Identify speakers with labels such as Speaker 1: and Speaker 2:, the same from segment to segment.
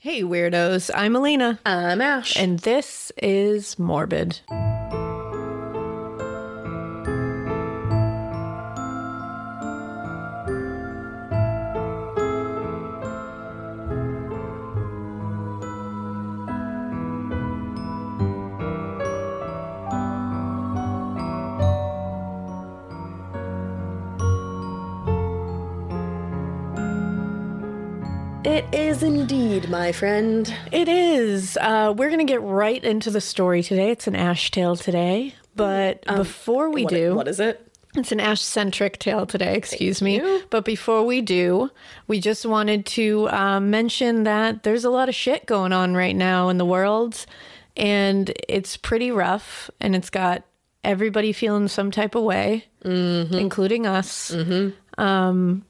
Speaker 1: Hey, weirdos. I'm Alina.
Speaker 2: I'm Ash.
Speaker 1: And this is Morbid.
Speaker 2: It is indeed, my friend.
Speaker 1: It is. Uh, we're going to get right into the story today. It's an ash tale today. But before we
Speaker 2: Um, What-
Speaker 1: do,
Speaker 2: what is it?
Speaker 1: It's an ash centric tale today, excuse me. But before we do, we just wanted to uh, mention that there's a lot of shit going on right now in the world, and it's pretty rough, and it's got everybody feeling some type of way,
Speaker 2: Mm-hmm.
Speaker 1: including us. Um,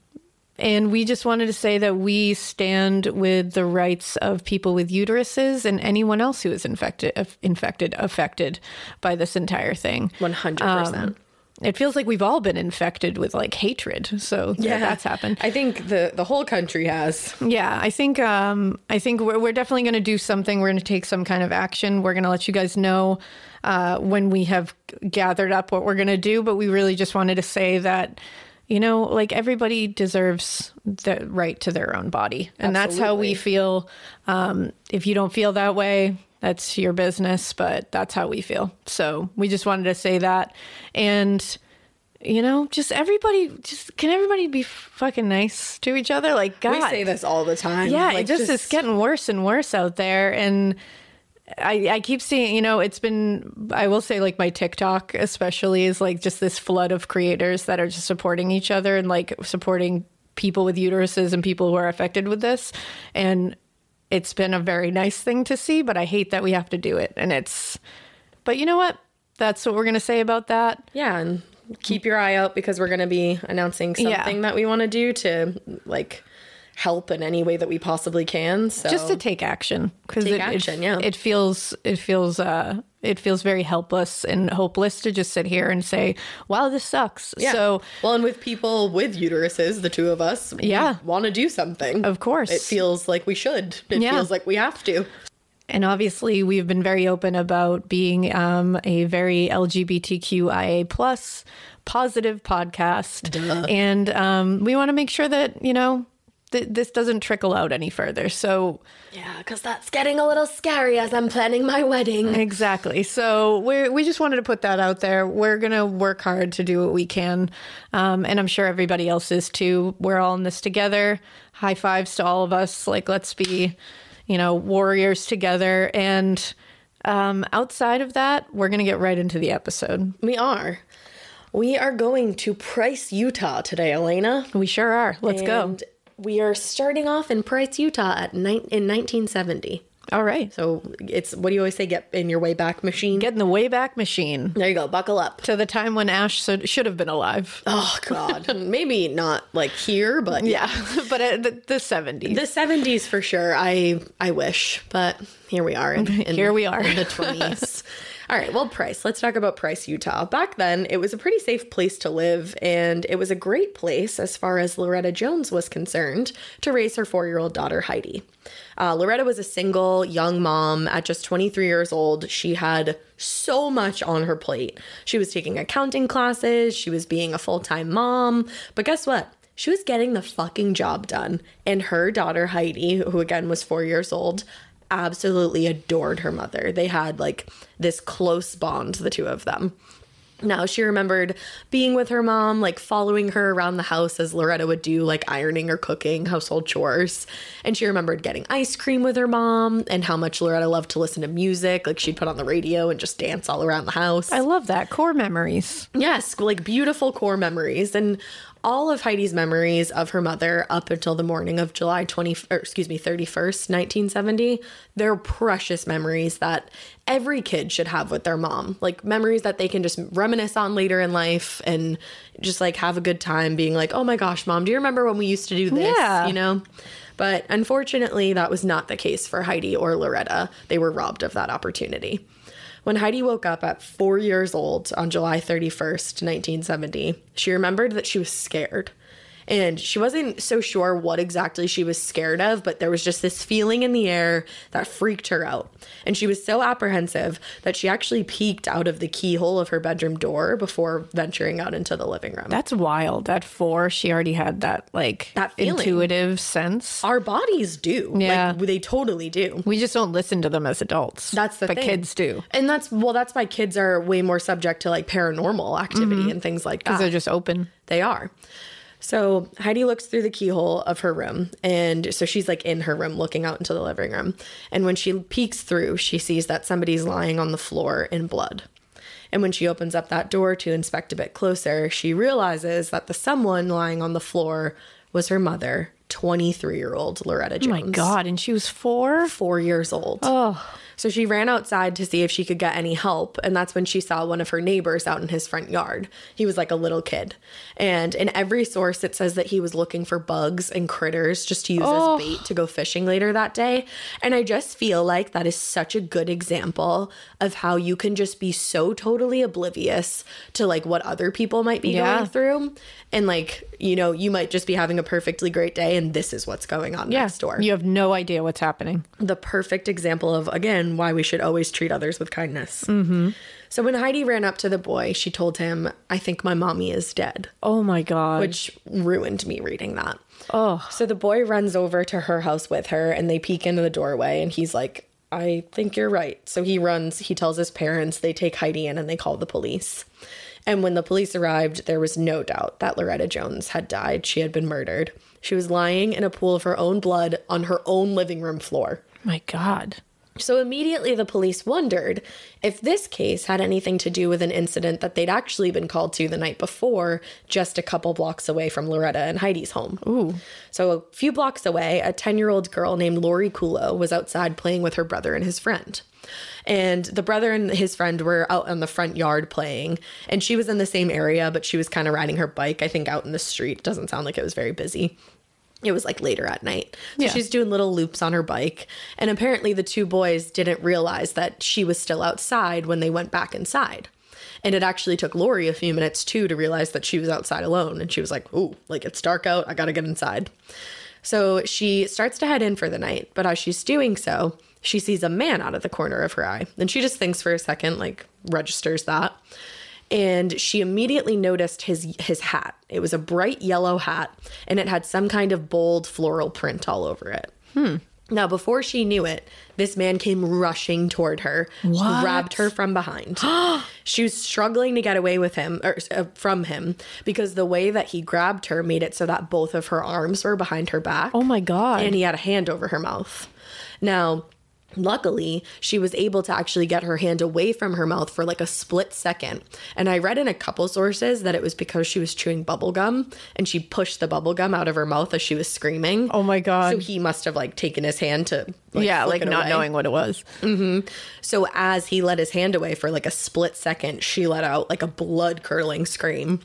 Speaker 1: and we just wanted to say that we stand with the rights of people with uteruses and anyone else who is infected, aff- infected, affected by this entire thing.
Speaker 2: One hundred percent.
Speaker 1: Um, it feels like we've all been infected with like hatred. So yeah, that's happened.
Speaker 2: I think the the whole country has.
Speaker 1: Yeah, I think um, I think we're, we're definitely going to do something. We're going to take some kind of action. We're going to let you guys know uh, when we have gathered up what we're going to do. But we really just wanted to say that you know, like everybody deserves the right to their own body, and that's how we feel. Um, if you don't feel that way. That's your business, but that's how we feel. So we just wanted to say that. And you know, just everybody, just can everybody be fucking nice to each other? Like, God,
Speaker 2: We say this all the time.
Speaker 1: yeah,
Speaker 2: Like,
Speaker 1: it just, is getting worse and worse out there. And I, I keep seeing, you know, it's been, I will say, like, my TikTok especially is like just this flood of creators that are just supporting each other and like supporting people with uteruses and people who are affected with this. And it's been a very nice thing to see, but I hate that we have to do it. And it's, but you know what? That's what we're going to say about that.
Speaker 2: yeah, and keep your eye out because we're going to be announcing something
Speaker 1: Yeah.
Speaker 2: that we want to do to like help in any way that we possibly can. So
Speaker 1: just to take action because
Speaker 2: Take
Speaker 1: it, it-
Speaker 2: action, yeah.
Speaker 1: it feels it feels uh it feels very helpless and hopeless to just sit here and say wow this sucks
Speaker 2: Yeah.
Speaker 1: so
Speaker 2: well, and with people with uteruses, the two of us,
Speaker 1: Yeah.
Speaker 2: want to do something.
Speaker 1: of course
Speaker 2: It feels like we should. It
Speaker 1: Yeah.
Speaker 2: feels like we have to.
Speaker 1: and obviously we've been very open about being um, a very lgbtqia plus positive podcast and um, we want to make sure that you know th- this doesn't trickle out any further so
Speaker 2: Yeah, because that's getting a little scary as I'm planning my wedding.
Speaker 1: Exactly. So we we just wanted to put that out there. We're gonna work hard to do what we can, um, and I'm sure everybody else is too. We're all in this together. High fives to all of us. Like let's be, you know, warriors together. And um, outside of that, we're gonna get right into the episode.
Speaker 2: We are.
Speaker 3: We are going to Price, Utah today, Elena.
Speaker 1: We sure are. Let's go.
Speaker 3: And we are starting off in Price, Utah at nine in 1970.
Speaker 1: All right.
Speaker 3: So it's what do you always say? Get in your way back machine.
Speaker 1: Get in the Wayback Machine
Speaker 3: there you go. Buckle up.
Speaker 1: to the time when Ash should, should have been alive.
Speaker 3: Oh God. Maybe not like here, but
Speaker 1: Yeah, but uh, the, the 70s.
Speaker 3: The seventies for sure. I I wish, but here we are. In, in-
Speaker 1: Here we are.
Speaker 3: in the twenties. All right. Well, Price. Let's talk about Price, Utah. Back then, it was a pretty safe place to live, and it was a great place as far as Loretta Jones was concerned to raise her four-year-old daughter Heidi. Uh, Loretta was a single young mom at just 23 years old. She had so much on her plate. She was taking accounting classes. She was being a full-time mom. But guess what? She was getting the fucking job done. And her daughter, Heidi, who again was four years old, absolutely adored her mother. They had like this close bond, the two of them. Now she remembered being with her mom, like following her around the house as Loretta would do, like ironing or cooking household chores. And she remembered getting ice cream with her mom and how much Loretta loved to listen to music. Like she'd put on the radio and just dance all around the house.
Speaker 1: I love that. Core memories.
Speaker 3: Yes, like beautiful core memories and all of Heidi's memories of her mother up until the morning of July 20 or excuse me 31st, 1970, they're precious memories that every kid should have with their mom. Like memories that they can just reminisce on later in life and just like have a good time being like, "Oh my gosh, mom, do you remember when we used to do this?"
Speaker 1: Yeah.
Speaker 3: you know. But unfortunately, that was not the case for Heidi or Loretta. They were robbed of that opportunity. When Heidi woke up at four years old on July 31st, 1970, she remembered that she was scared. And she wasn't so sure what exactly she was scared of, but there was just this feeling in the air that freaked her out. And she was so apprehensive that she actually peeked out of the keyhole of her bedroom door before venturing out into the living room.
Speaker 1: That's wild. At four, she already had that like
Speaker 3: That feeling.
Speaker 1: intuitive sense.
Speaker 3: Our bodies do.
Speaker 1: Yeah.
Speaker 3: Like, they totally do.
Speaker 1: We just don't listen to them as adults.
Speaker 3: That's the
Speaker 1: but
Speaker 3: thing.
Speaker 1: kids do.
Speaker 3: And that's well, that's why kids are way more subject to like paranormal activity and things like that.
Speaker 1: Mm-hmm. They're just open.
Speaker 3: They are. So Heidi looks through the keyhole of her room. And so she's like in her room looking out into the living room. And when she peeks through, she sees that somebody's lying on the floor in blood. And when she opens up that door to inspect a bit closer, she realizes that the someone lying on the floor was her mother, 23 year old Loretta Jones
Speaker 1: Oh My God, and she was four.
Speaker 3: four years old. Oh. So she ran outside to see if she could get any help. And that's when she saw one of her neighbors out in his front yard. He was like a little kid. And in every source, it says that he was looking for bugs and critters just to use as bait to go fishing later that day. And I just feel like that is such a good example of how you can just be so totally oblivious to like what other people might be
Speaker 1: Yeah.
Speaker 3: going through. And like, you know, you might just be having a perfectly great day and this is what's going on next door
Speaker 1: You have no idea what's happening.
Speaker 3: the perfect example of again why we should always treat others with kindness. Mm-hmm. So when Heidi ran up to the boy, she told him, "I think my mommy is dead,"
Speaker 1: Oh my God.
Speaker 3: which ruined me reading that.
Speaker 1: oh,
Speaker 3: So the boy runs over to her house with her, and they peek into the doorway, and he's like, "I think you're right." So he runs. He tells his parents. They take Heidi in, and they call the police. And when the police arrived, there was no doubt that Loretta Jones had died. She had been murdered. She was lying in a pool of her own blood on her own living room floor.
Speaker 1: my God.
Speaker 3: So immediately the police wondered if this case had anything to do with an incident that they'd actually been called to the night before, just a couple blocks away from Loretta and Heidi's home. Ooh. So a few blocks away, a 10 year old girl named Lori Kulo was outside playing with her brother and his friend. And the brother and his friend were out in the front yard playing, and she was in the same area, but she was kind of riding her bike, I think, out in the street. Doesn't sound like it was very busy it was like later at night. So
Speaker 1: Yeah.
Speaker 3: she's doing little loops on her bike. And apparently, the two boys didn't realize that she was still outside when they went back inside. And it actually took Lori a few minutes too to realize that she was outside alone. And she was like, ooh, like it's dark out. I gotta get inside. So she starts to head in for the night. But as she's doing so, she sees a man out of the corner of her eye. And she just thinks for a second, like registers that and she immediately noticed his his hat. It was a bright yellow hat and it had some kind of bold floral print all over it. Hmm. Now, before she knew it, this man came rushing toward her, grabbed her from behind. she was struggling to get away with him or uh, from him because the way that he grabbed her made it so that both of her arms were behind her back
Speaker 1: Oh my God.
Speaker 3: and he had a hand over her mouth. Now, Luckily, she was able to actually get her hand away from her mouth for like a split second. And I read in a couple sources that it was because she was chewing bubblegum and she pushed the bubblegum out of her mouth as she was screaming.
Speaker 1: Oh my God.
Speaker 3: So he must have like taken his hand to like,
Speaker 1: yeah,
Speaker 3: flip
Speaker 1: like
Speaker 3: it
Speaker 1: not
Speaker 3: away.
Speaker 1: knowing what it was.
Speaker 3: So as he let his hand away for like a split second, she let out like a blood curdling scream.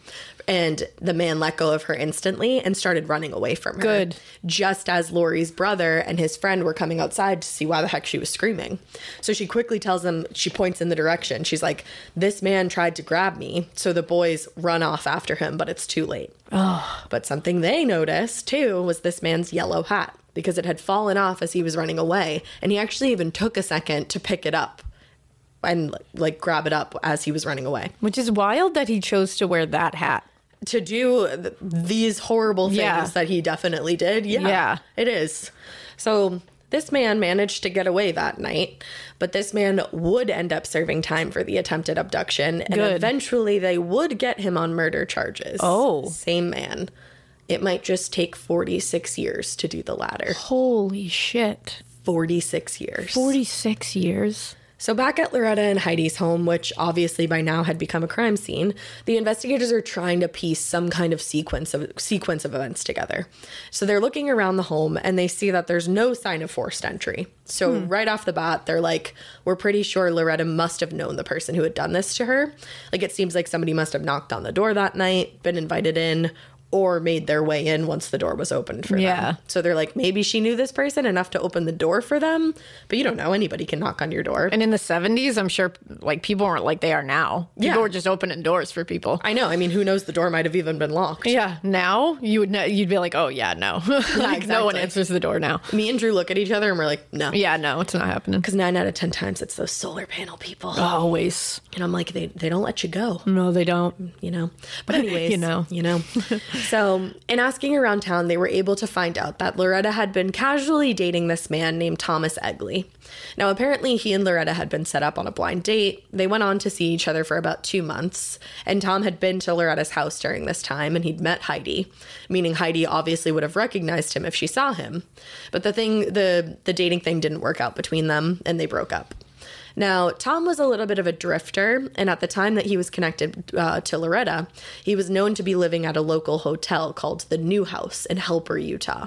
Speaker 3: And the man let go of her instantly and started running away from her.
Speaker 1: Good.
Speaker 3: Just as Lori's brother and his friend were coming outside to see why the heck she was screaming. So she quickly tells them, she points in the direction. She's like, This man tried to grab me. So the boys run off after him, but it's too late. But something they noticed too was this man's yellow hat because it had fallen off as he was running away. And he actually even took a second to pick it up and like grab it up as he was running away
Speaker 1: Which is wild that he chose to wear that hat.
Speaker 3: to do th- these horrible things
Speaker 1: Yeah.
Speaker 3: that he definitely did. Yeah,
Speaker 1: Yeah.
Speaker 3: it is. So this man managed to get away that night, but this man would end up serving time for the attempted abduction, and
Speaker 1: Good.
Speaker 3: eventually they would get him on murder charges.
Speaker 1: Oh.
Speaker 3: same man. It might just take 46 years to do the latter.
Speaker 1: Holy shit.
Speaker 3: 46 years.
Speaker 1: 46 years.
Speaker 3: So, back at Loretta and Heidi's home, which obviously by now had become a crime scene, the investigators are trying to piece some kind of sequence of sequence of events together. So, they're looking around the home and they see that there's no sign of forced entry. So, right off the bat, they're like, "We're pretty sure Loretta must have known the person who had done this to her. Like, it seems like somebody must have knocked on the door that night, been invited in." Or made their way in once the door was opened for
Speaker 1: Yeah.
Speaker 3: them. So they're like, maybe she knew this person enough to open the door for them, but you don't know. Anybody can knock on your door.
Speaker 1: And in the 70s, I'm sure like people weren't like they are now. People
Speaker 3: Yeah.
Speaker 1: were just opening doors for people.
Speaker 3: I know. I mean, who knows? The door might have even been locked.
Speaker 1: yeah. Now you would know, you'd be like, oh yeah, no. like no one
Speaker 3: exactly.
Speaker 1: answers the door now.
Speaker 3: Me and Drew look at each other and we're like, no.
Speaker 1: Yeah, no, it's not happening.
Speaker 3: Because nine out of 10 times it's those solar panel people.
Speaker 1: Always.
Speaker 3: And I'm like, they, they don't let you go,
Speaker 1: No, they don't.
Speaker 3: you know? But, anyways,
Speaker 1: You know.
Speaker 3: You know. so, in asking around town, they were able to find out that Loretta had been casually dating this man named Thomas Egley. Now, apparently, he and Loretta had been set up on a blind date. They went on to see each other for about two months, and Tom had been to Loretta's house during this time and he'd met Heidi, meaning Heidi obviously would have recognized him if she saw him. But the thing, the, the dating thing didn't work out between them, and they broke up. Now, Tom was a little bit of a drifter, and at the time that he was connected uh, to Loretta, he was known to be living at a local hotel called the New House in Helper, Utah.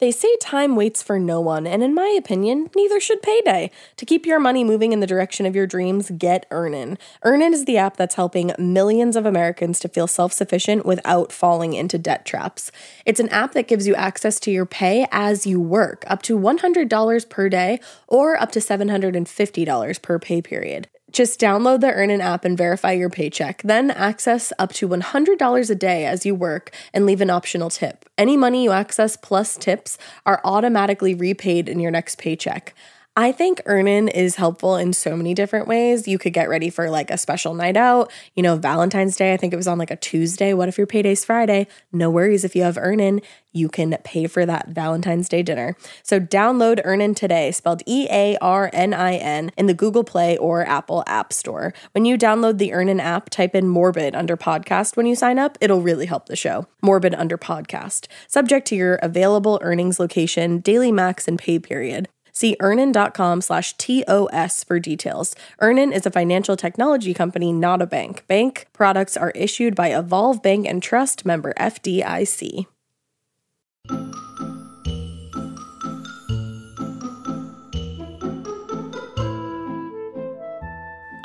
Speaker 2: They say time waits for no one, and in my opinion, neither should payday. To keep your money moving in the direction of your dreams, get Earnin. Earnin is the app that's helping millions of Americans to feel self sufficient without falling into debt traps. It's an app that gives you access to your pay as you work, up to $100 per day or up to $750 per pay period. Just download the Earnin app and verify your paycheck, then access up to $100 a day as you work and leave an optional tip. Any money you access plus tips are automatically repaid in your next paycheck. I think Earnin is helpful in so many different ways. You could get ready for like a special night out, you know, Valentine's Day. I think it was on like a Tuesday. What if your payday's Friday? No worries if you have Earnin, you can pay for that Valentine's Day dinner. So download Earnin today, spelled E A R N I N, in the Google Play or Apple App Store. When you download the Earnin app, type in Morbid under podcast when you sign up. It'll really help the show. Morbid under podcast. Subject to your available earnings location, daily max, and pay period. See earnin.com slash TOS for details. Earnin is a financial technology company, not a bank. Bank products are issued by Evolve Bank and Trust member FDIC.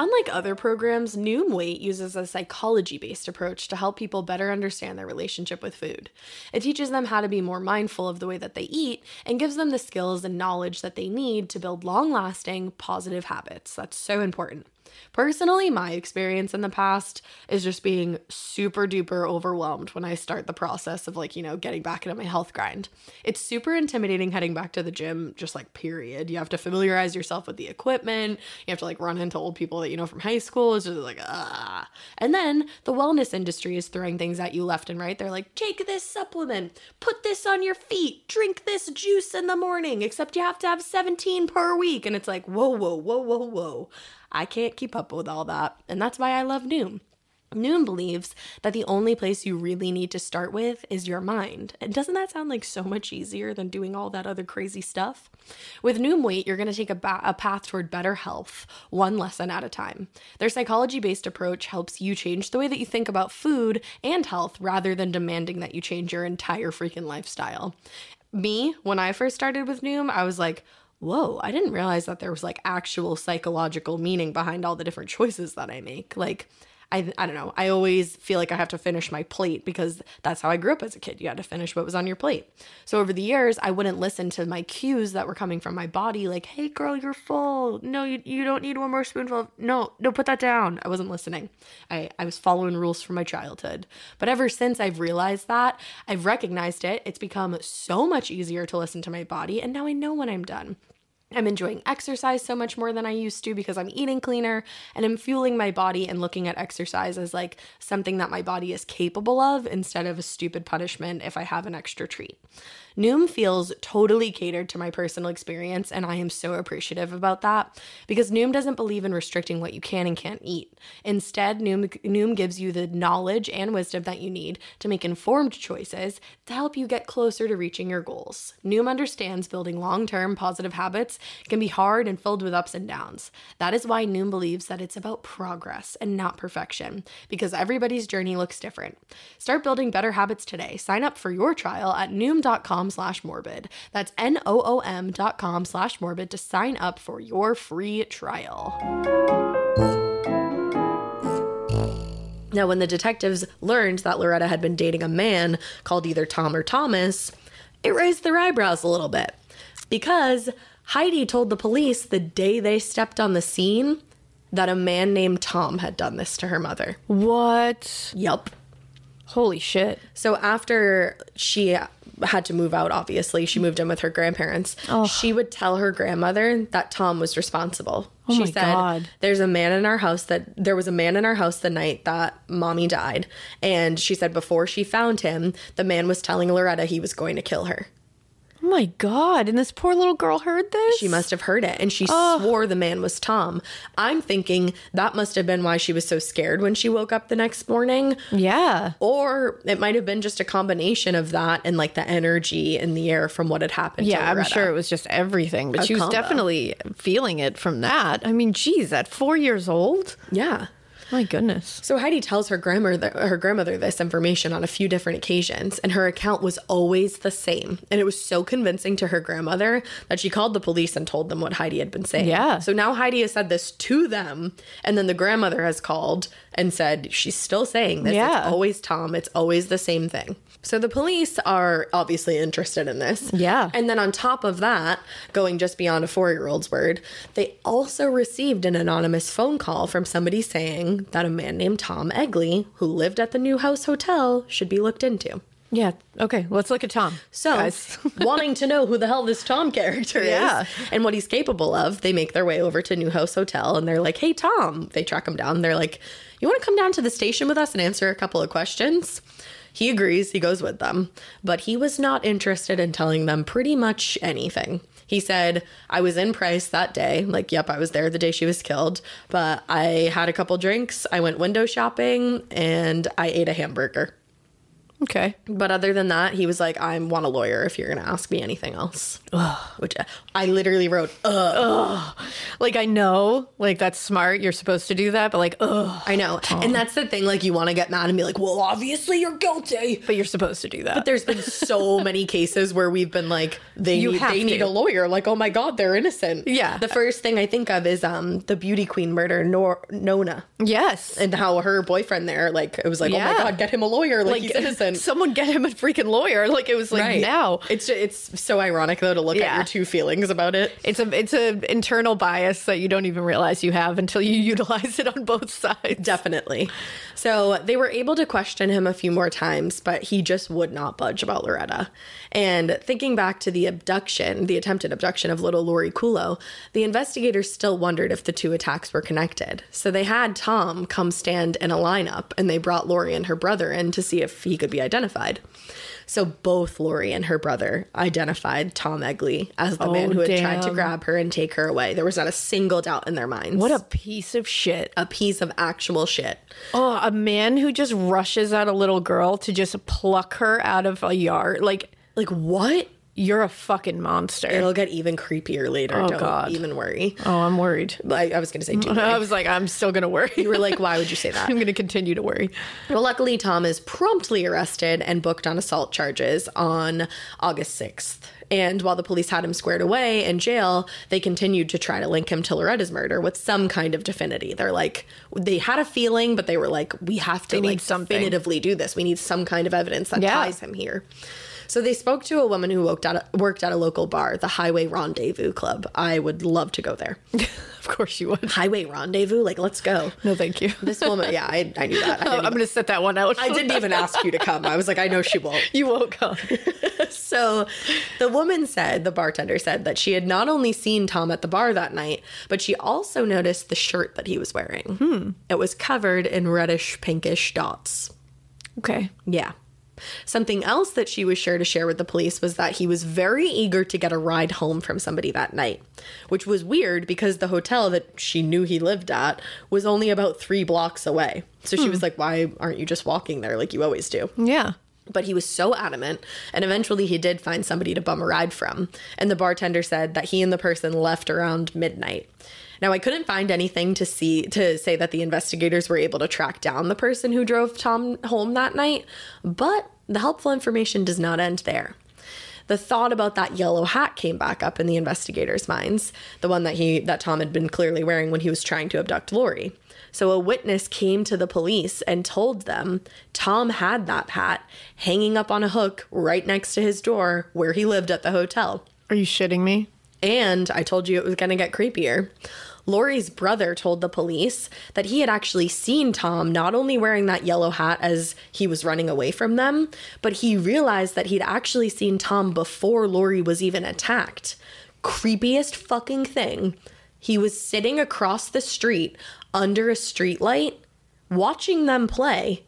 Speaker 3: Unlike other programs, Noom Weight uses a psychology based approach to help people better understand their relationship with food. It teaches them how to be more mindful of the way that they eat and gives them the skills and knowledge that they need to build long lasting, positive habits. That's so important. Personally, my experience in the past is just being super duper overwhelmed when I start the process of like, you know, getting back into my health grind. It's super intimidating heading back to the gym, just like, period. You have to familiarize yourself with the equipment. You have to like run into old people that you know from high school. It's just like, ah. And then the wellness industry is throwing things at you left and right. They're like, take this supplement, put this on your feet, drink this juice in the morning, except you have to have 17 per week. And it's like, whoa, whoa, whoa, whoa, whoa. I can't keep up with all that. And that's why I love Noom. Noon believes that the only place you really need to start with is your mind. And doesn't that sound like so much easier than doing all that other crazy stuff? With Noom Weight, you're going to take a, ba- a path toward better health, one lesson at a time. Their psychology based approach helps you change the way that you think about food and health rather than demanding that you change your entire freaking lifestyle. Me, when I first started with Noom, I was like, whoa, I didn't realize that there was like actual psychological meaning behind all the different choices that I make. Like, I, I don't know. I always feel like I have to finish my plate because that's how I grew up as a kid. You had to finish what was on your plate. So over the years, I wouldn't listen to my cues that were coming from my body, like, hey, girl, you're full. No, you, you don't need one more spoonful. of- No, no, put that down. I wasn't listening. I, I was following rules from my childhood. But ever since I've realized that, I've recognized it. It's become so much easier to listen to my body. And now I know when I'm done. I'm enjoying exercise so much more than I used to because I'm eating cleaner and I'm fueling my body and looking at exercise as like something that my body is capable of instead of a stupid punishment if I have an extra treat. Noom feels totally catered to my personal experience and I am so appreciative about that because Noom doesn't believe in restricting what you can and can't eat. Instead, Noom, Noom gives you the knowledge and wisdom that you need to make informed choices to help you get closer to reaching your goals. Noom understands building long term positive habits can be hard and filled with ups and downs. That is why Noom believes that it's about progress and not perfection, because everybody's journey looks different. Start building better habits today. Sign up for your trial at noom.com slash morbid. That's N O O M dot com slash morbid to sign up for your free trial. Now, when the detectives learned that Loretta had been dating a man called either Tom or Thomas, it raised their eyebrows a little bit because Heidi told the police the day they stepped on the scene that a man named Tom had done this to her mother.
Speaker 1: What?
Speaker 3: Yup.
Speaker 1: Holy shit.
Speaker 3: So after she had to move out, obviously, she moved in with her grandparents. She would tell her grandmother that Tom was responsible. she
Speaker 1: Oh my
Speaker 3: said,
Speaker 1: God.
Speaker 3: There's a man in our house that there was a man in our house the night that mommy died. And she said, before she found him, the man was telling Loretta he was going to kill her.
Speaker 1: Oh my god. And this poor little girl heard this?
Speaker 3: She must have heard it. And she swore the man was Tom. I'm thinking that must have been why she was so scared when she woke up the next morning.
Speaker 1: Yeah.
Speaker 3: or it might have been just a combination of that and like the energy in the air from what had happened. to
Speaker 1: Yeah, I'm
Speaker 3: Loretta.
Speaker 1: sure it was just everything, but she was
Speaker 3: combo.
Speaker 1: definitely feeling it from that. I mean, geez, at four years old?
Speaker 3: Yeah.
Speaker 1: My goodness.
Speaker 3: So Heidi tells her grandmother her grandmother this information on a few different occasions, and her account was always the same. And it was so convincing to her grandmother that she called the police and told them what Heidi had been saying.
Speaker 1: Yeah.
Speaker 3: So now Heidi has said this to them, and then the grandmother has called and said she's still saying this.
Speaker 1: Yeah.
Speaker 3: It's always Tom. It's always the same thing. So the police are obviously interested in this.
Speaker 1: Yeah.
Speaker 3: And then on top of that, going just beyond a four year old's word, they also received an anonymous phone call from somebody saying that a man named Tom Egley, who lived at the New House Hotel, should be looked into.
Speaker 1: Yeah. Okay, let's look at Tom.
Speaker 3: So,
Speaker 1: guys.
Speaker 3: wanting to know who the hell this Tom character
Speaker 1: Yeah.
Speaker 3: is and what he's capable of, they make their way over to New House Hotel and they're like, hey, Tom. They track him down. They're like, you want to come down to the station with us and answer a couple of questions? He agrees. He goes with them. But he was not interested in telling them pretty much anything. He said, I was in Price that day. Like, yep, I was there the day she was killed. But I had a couple drinks. I went window shopping and I ate a hamburger.
Speaker 1: okay.
Speaker 3: But other than that, he was like, I want a lawyer if you're going to ask me anything else. Which I- I literally wrote, Ugh.
Speaker 1: Like I know, like that's smart. You're supposed to do that, but like, ugh.
Speaker 3: I know. And that's the thing. Like, you want to get mad and be like, well, obviously you're guilty.
Speaker 1: But you're supposed to do that.
Speaker 3: But there's been so many cases where we've been like, they,
Speaker 1: You
Speaker 3: need,
Speaker 1: have
Speaker 3: they need
Speaker 1: to.
Speaker 3: a lawyer. Like, oh my God, they're innocent.
Speaker 1: Yeah.
Speaker 3: The first thing I think of is um the beauty queen murder, Nor- Nona,
Speaker 1: yes.
Speaker 3: and how her boyfriend there, like, it was like, oh
Speaker 1: Yeah.
Speaker 3: my God, get him a lawyer. Like, he's innocent.
Speaker 1: someone get him a freaking lawyer. Like it was like now.
Speaker 3: It's, ju- it's so ironic, though, to look
Speaker 1: Yeah.
Speaker 3: at your two feelings about it.
Speaker 1: It's a it's a internal bias that you don't even realize you have until you utilize it on both sides.
Speaker 3: Definitely. So they were able to question him a few more times, but he just would not budge about Loretta. And thinking back to the abduction, the attempted abduction of little Lori Kulo, the investigators still wondered if the two attacks were connected. So they had Tom come stand in a lineup and they brought Lori and her brother in to see if he could be be identified. So both Lori and her brother identified Tom Egley as the man
Speaker 1: Oh,
Speaker 3: who had tried to
Speaker 1: damn.
Speaker 3: grab her and take her away. There was not a single doubt in their minds.
Speaker 1: What a piece of shit.
Speaker 3: a piece of actual shit.
Speaker 1: Oh, a man who just rushes at a little girl to just pluck her out of a yard. Like,
Speaker 3: Like what?
Speaker 1: you're a fucking monster.
Speaker 3: It'll get even creepier later. Don't
Speaker 1: Oh, God.
Speaker 3: even worry.
Speaker 1: Oh, I'm worried.
Speaker 3: I, I was gonna say, do
Speaker 1: I was like, I'm still going to worry.
Speaker 3: you were like, why would you say that?
Speaker 1: I'm going to continue to worry.
Speaker 3: Well, luckily, Tom is promptly arrested and booked on assault charges on August 6th. And while the police had him squared away in jail, they continued to try to link him to Loretta's murder with some kind of definity. They're like, they had a feeling, but they were like, we have to
Speaker 1: need
Speaker 3: like
Speaker 1: something.
Speaker 3: definitively do this. We need some kind of evidence that
Speaker 1: Yeah.
Speaker 3: ties him here. So they spoke to a woman who worked at a, worked at a local bar, the Highway Rendezvous Club. I would love to go there.
Speaker 1: Of course you would.
Speaker 3: Highway Rendezvous, like let's go.
Speaker 1: No, Oh, thank you.
Speaker 3: This woman, yeah, I, I knew that. I didn't
Speaker 1: I'm
Speaker 3: even-
Speaker 1: going to set that one out.
Speaker 3: I didn't even ask you to come. I was like, I know she won't.
Speaker 1: You won't come.
Speaker 3: So the woman said, the bartender said that she had not only seen Tom at the bar that night, but she also noticed the shirt that he was wearing. Hmm. It was covered in reddish pinkish dots.
Speaker 1: Okay.
Speaker 3: Yeah. Something else that she was sure to share with the police was that he was very eager to get a ride home from somebody that night, which was weird because the hotel that she knew he lived at was only about three blocks away. So she was like, Why aren't you just walking there like you always do?
Speaker 1: Yeah.
Speaker 3: But he was so adamant, and eventually he did find somebody to bum a ride from. And the bartender said that he and the person left around midnight. Now I couldn't find anything to see to say that the investigators were able to track down the person who drove Tom home that night, but the helpful information does not end there. The thought about that yellow hat came back up in the investigators' minds, the one that he that Tom had been clearly wearing when he was trying to abduct Lori. So a witness came to the police and told them Tom had that hat hanging up on a hook right next to his door where he lived at the hotel.
Speaker 1: Are you shitting me?
Speaker 3: And I told you it was going to get creepier. Lori's brother told the police that he had actually seen Tom not only wearing that yellow hat as he was running away from them, but he realized that he'd actually seen Tom before Lori was even attacked. Creepiest fucking thing. He was sitting across the street under a streetlight watching them play,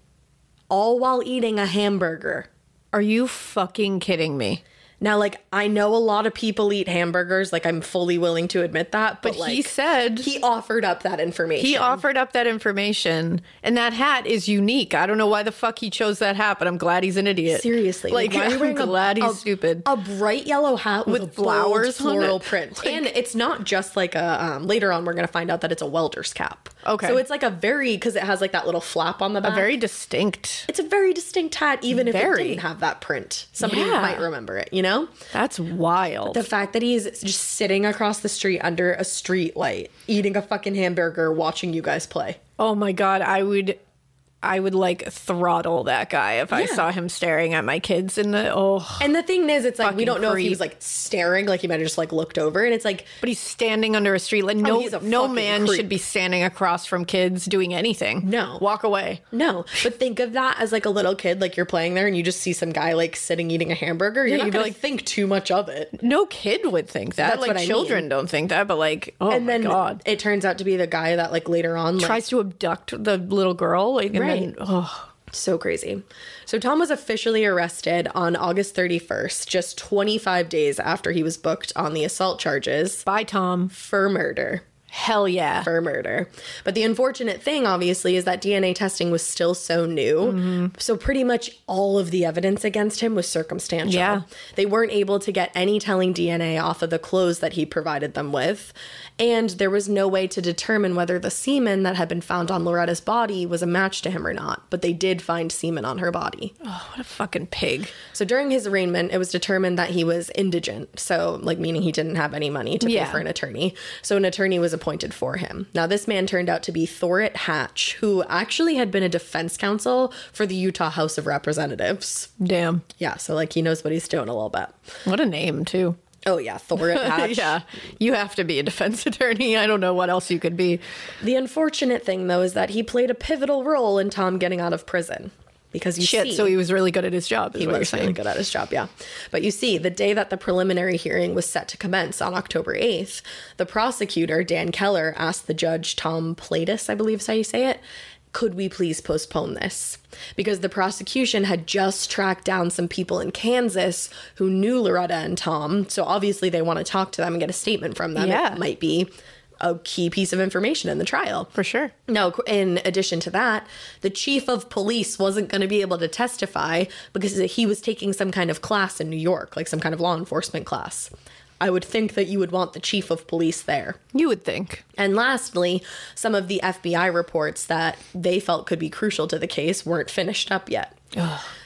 Speaker 3: all while eating a hamburger.
Speaker 1: Are you fucking kidding me?
Speaker 3: Now, like, I know a lot of people eat hamburgers. Like, I'm fully willing to admit that. But,
Speaker 1: But
Speaker 3: like,
Speaker 1: he said he,
Speaker 3: he offered up that information.
Speaker 1: offered up that information, and that hat is unique. I don't know why the fuck he chose that hat, but I'm glad he's an idiot.
Speaker 3: Seriously,
Speaker 1: like
Speaker 3: why are you
Speaker 1: I'm
Speaker 3: wearing a-
Speaker 1: glad he's
Speaker 3: a-
Speaker 1: stupid.
Speaker 3: A bright yellow hat with,
Speaker 1: With
Speaker 3: flowers,
Speaker 1: flowers on
Speaker 3: floral
Speaker 1: it.
Speaker 3: print,
Speaker 1: Like-
Speaker 3: and it's not just like a. Um, later on, we're gonna find out that it's a welder's cap.
Speaker 1: Okay.
Speaker 3: so it's like a very because it has like that little flap on the back.
Speaker 1: a very distinct.
Speaker 3: it's a very distinct hat, even if it
Speaker 1: Very.
Speaker 3: didn't have that print. Somebody
Speaker 1: Yeah.
Speaker 3: might remember it, you know.
Speaker 1: That's wild.
Speaker 3: The fact that he's just sitting across the street under a street light, eating a fucking hamburger, watching you guys play.
Speaker 1: oh my god, I would. I would like throttle that guy if I
Speaker 3: Yeah.
Speaker 1: saw him staring at my kids in the oh
Speaker 3: And the thing is, it's like we
Speaker 1: Fucking
Speaker 3: don't know if he
Speaker 1: creep.
Speaker 3: was like staring, like he might have just like looked over, and it's like
Speaker 1: but he's standing under a street light. No
Speaker 3: Oh, he's a
Speaker 1: no
Speaker 3: fucking
Speaker 1: man
Speaker 3: creep.
Speaker 1: should be standing across from kids doing anything.
Speaker 3: No.
Speaker 1: Walk away.
Speaker 3: no. But think of that as like a little kid, like you're playing there, and you just see some guy like sitting eating a hamburger.
Speaker 1: Yeah,
Speaker 3: You're not
Speaker 1: you'd be
Speaker 3: gonna
Speaker 1: like-
Speaker 3: think too much of it.
Speaker 1: No kid would think that.
Speaker 3: That's
Speaker 1: like
Speaker 3: what I
Speaker 1: children
Speaker 3: mean.
Speaker 1: don't think that, but like oh
Speaker 3: and
Speaker 1: my
Speaker 3: then
Speaker 1: god.
Speaker 3: it turns out to be the guy that like later on like,
Speaker 1: tries to abduct the little girl. Like, and
Speaker 3: Right.
Speaker 1: Then, oh,
Speaker 3: so crazy. So Tom was officially arrested on August 31st, just 25 days after he was booked on the assault charges
Speaker 1: bye, Tom.
Speaker 3: for murder.
Speaker 1: Hell yeah.
Speaker 3: for murder. But the unfortunate thing, obviously, is that DNA testing was still so new.
Speaker 1: Mm-hmm.
Speaker 3: So pretty much all of the evidence against him was circumstantial.
Speaker 1: Yeah.
Speaker 3: They weren't able to get any telling DNA off of the clothes that he provided them with. And there was no way to determine whether the semen that had been found on Loretta's body was a match to him or not. But they did find semen on her body.
Speaker 1: Oh, what a fucking pig.
Speaker 3: So during his arraignment, it was determined that he was indigent. So, like, meaning he didn't have any money to
Speaker 1: Yeah.
Speaker 3: pay for an attorney. So, an attorney was appointed for him. Now, this man turned out to be Thorit Hatch, who actually had been a defense counsel for the Utah House of Representatives.
Speaker 1: Damn.
Speaker 3: Yeah. So, like, he knows what he's doing a little bit.
Speaker 1: What a name, too.
Speaker 3: Oh, yeah. Thorit Hatch.
Speaker 1: Yeah. You have to be a defense attorney. I don't know what else you could be.
Speaker 3: The unfortunate thing, though, is that he played a pivotal role in Tom getting out of prison. Because you
Speaker 1: Shit.
Speaker 3: see,
Speaker 1: So he was really good at his job, is
Speaker 3: He
Speaker 1: what you're
Speaker 3: was really
Speaker 1: saying.
Speaker 3: good at his job, yeah. But you see, the day that the preliminary hearing was set to commence on October 8th, the prosecutor, Dan Keller, asked the judge, Tom Platus, I believe is how you say it, could we please postpone this? Because the prosecution had just tracked down some people in Kansas who knew Loretta and Tom. So obviously they want to talk to them and get a statement from them.
Speaker 1: Yeah.
Speaker 3: It might be a key piece of information in the trial.
Speaker 1: for sure.
Speaker 3: No, in addition to that, the chief of police wasn't going to be able to testify because he was taking some kind of class in New York, like some kind of law enforcement class. I would think that you would want the chief of police there.
Speaker 1: You would think.
Speaker 3: And lastly, some of the FBI reports that they felt could be crucial to the case weren't finished up yet.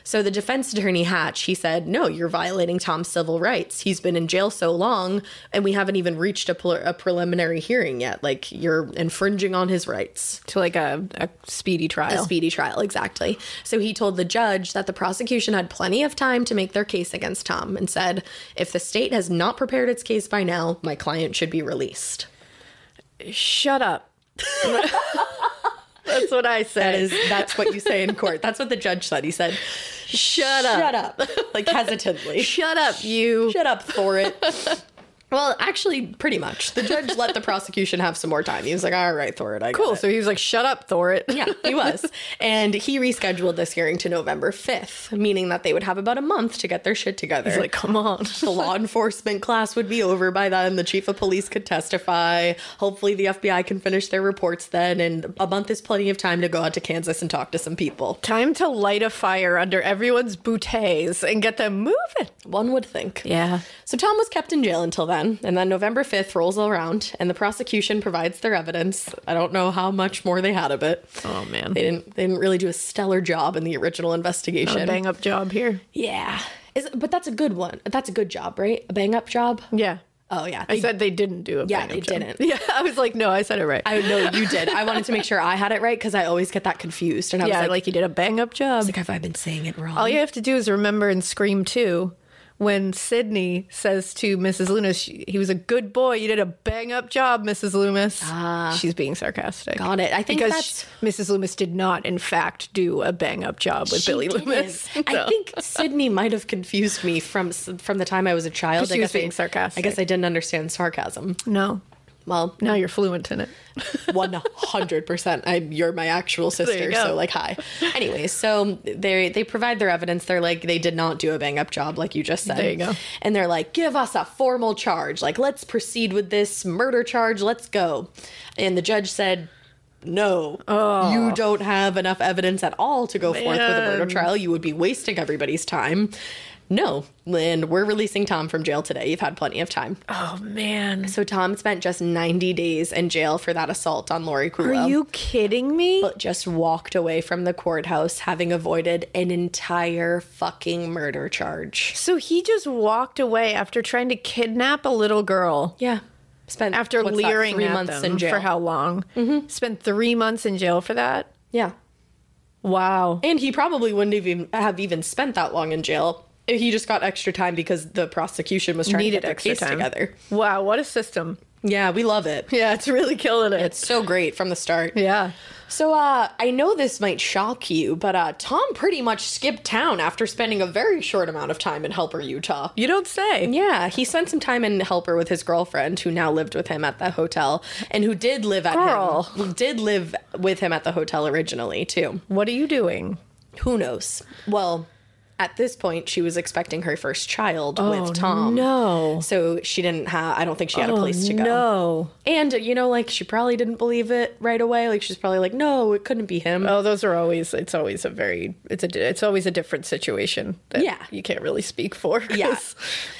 Speaker 3: So the defense attorney Hatch, he said, "No, you're violating Tom's civil rights. He's been in jail so long and we haven't even reached a, pre- a preliminary hearing yet. Like you're infringing on his rights."
Speaker 1: To like a, a speedy trial.
Speaker 3: A speedy trial, exactly. So he told the judge that the prosecution had plenty of time to make their case against Tom and said, if the state has not prepared its case by now, my client should be released.
Speaker 1: Shut up.
Speaker 3: That's what I said. That is, that's what you say in court. That's what the judge said. He said, shut up.
Speaker 1: Shut up.
Speaker 3: Like hesitantly.
Speaker 1: Shut up, you.
Speaker 3: shut up for it. Well, actually, pretty much. The judge let the prosecution have some more time. He was like, all right, Thorit, I
Speaker 1: Cool.
Speaker 3: Got it.
Speaker 1: Oh, So he was like, shut up, Thorit.
Speaker 3: yeah, he was. And he rescheduled this hearing to November 5th, meaning that they would have about a month to get their shit together.
Speaker 1: He's like, come on.
Speaker 3: the law enforcement class would be over by then. The chief of police could testify. Hopefully, the FBI can finish their reports then. And a month is plenty of time to go out to Kansas and talk to some people.
Speaker 1: Time to light a fire under everyone's bouteilles and get them moving.
Speaker 3: One would think.
Speaker 1: Yeah.
Speaker 3: So Tom was kept in jail until then, and then November 5th rolls around, and the prosecution provides their evidence. I don't know how much more they had of it.
Speaker 1: Oh, man.
Speaker 3: They didn't they didn't really do a stellar job in the original investigation.
Speaker 1: A bang up job here.
Speaker 3: Yeah. Is, but that's a good one. That's a good job, right? A bang up job?
Speaker 1: Yeah.
Speaker 3: Oh, yeah.
Speaker 1: I said they didn't do a bang
Speaker 3: Yeah,
Speaker 1: up
Speaker 3: they
Speaker 1: job.
Speaker 3: didn't.
Speaker 1: Yeah. I was like, no, I said it right.
Speaker 3: I know you did. I wanted to make sure I had it right because I always get that confused. And I
Speaker 1: yeah,
Speaker 3: was
Speaker 1: like,
Speaker 3: like, Oh,
Speaker 1: you did a bang up job.
Speaker 3: like, have I been saying it wrong?
Speaker 1: All you have to do is remember in Scream 2 when Sydney says to Mrs. Loomis, she- he was a good boy. You did a bang up job, Mrs. Loomis. She's being sarcastic.
Speaker 3: Ah. Got it. I think
Speaker 1: because
Speaker 3: that's-
Speaker 1: Mrs. Loomis doomis did not, in fact, do a bang up job with
Speaker 3: She
Speaker 1: Billy
Speaker 3: didn't.
Speaker 1: Loomis.
Speaker 3: I
Speaker 1: No.
Speaker 3: think Sydney might have confused me from from the time I was a child.
Speaker 1: She
Speaker 3: I
Speaker 1: was
Speaker 3: guess I-
Speaker 1: being sarcastic.
Speaker 3: I guess I didn't understand sarcasm.
Speaker 1: No.
Speaker 3: Well,
Speaker 1: Now you're fluent in it.
Speaker 3: one hundred percent. I'm you're my actual sister,
Speaker 1: you go.
Speaker 3: so like hi. Anyway, so they they provide their evidence. They're like they did not do a bang up job, like you just said.
Speaker 1: There you go.
Speaker 3: And they're like, give us a formal charge. Like let's proceed with this murder charge. Let's go. And the judge said. No, you don't have enough evidence at all to go forth with a murder
Speaker 1: Oh. Man.
Speaker 3: trial. You would be wasting everybody's time. No, and we're releasing Tom from jail today. You've had plenty of time.
Speaker 1: Oh, man.
Speaker 3: So Tom spent just 90 days in jail for that assault on Lori Kulo.
Speaker 1: Are you kidding me?
Speaker 3: But just walked away from the courthouse having avoided an entire fucking murder charge.
Speaker 1: so he just walked away after trying to kidnap a little girl.
Speaker 3: Yeah. Spent
Speaker 1: After
Speaker 3: what's that,
Speaker 1: leering
Speaker 3: three
Speaker 1: at
Speaker 3: months
Speaker 1: them
Speaker 3: in jail.
Speaker 1: for how long? Spent three months in jail for that.
Speaker 3: yeah.
Speaker 1: Wow.
Speaker 3: And he probably wouldn't even have even spent that long in jail. He just got extra time because the prosecution was trying
Speaker 1: needed
Speaker 3: to get
Speaker 1: extra
Speaker 3: their case
Speaker 1: time.
Speaker 3: together.
Speaker 1: Wow, what a system.
Speaker 3: Yeah, we love it.
Speaker 1: Yeah, it's really killing it.
Speaker 3: It's so great from the start.
Speaker 1: yeah.
Speaker 3: So, uh, I know this might shock you, but uh, Tom pretty much skipped town after spending a very short amount of time in Helper, Utah.
Speaker 1: You don't say.
Speaker 3: Yeah, he spent some time in Helper with his girlfriend, who now lived with him at the hotel, and who did live at
Speaker 1: Girl.
Speaker 3: him, who did live with him at the hotel originally too.
Speaker 1: What are you doing?
Speaker 3: Who knows? Well, at this point, she was expecting her first child
Speaker 1: Oh,
Speaker 3: with Tom.
Speaker 1: no. Oh,
Speaker 3: so she didn't have. I don't think she had a place to go.
Speaker 1: No.
Speaker 3: And you know, like she probably didn't believe it right away. Like she's probably like, no, it couldn't be him.
Speaker 1: Oh, those are always it's always a very it's a it's always a different situation that
Speaker 3: Yeah.
Speaker 1: you can't really speak for. 'cause-
Speaker 3: Yeah.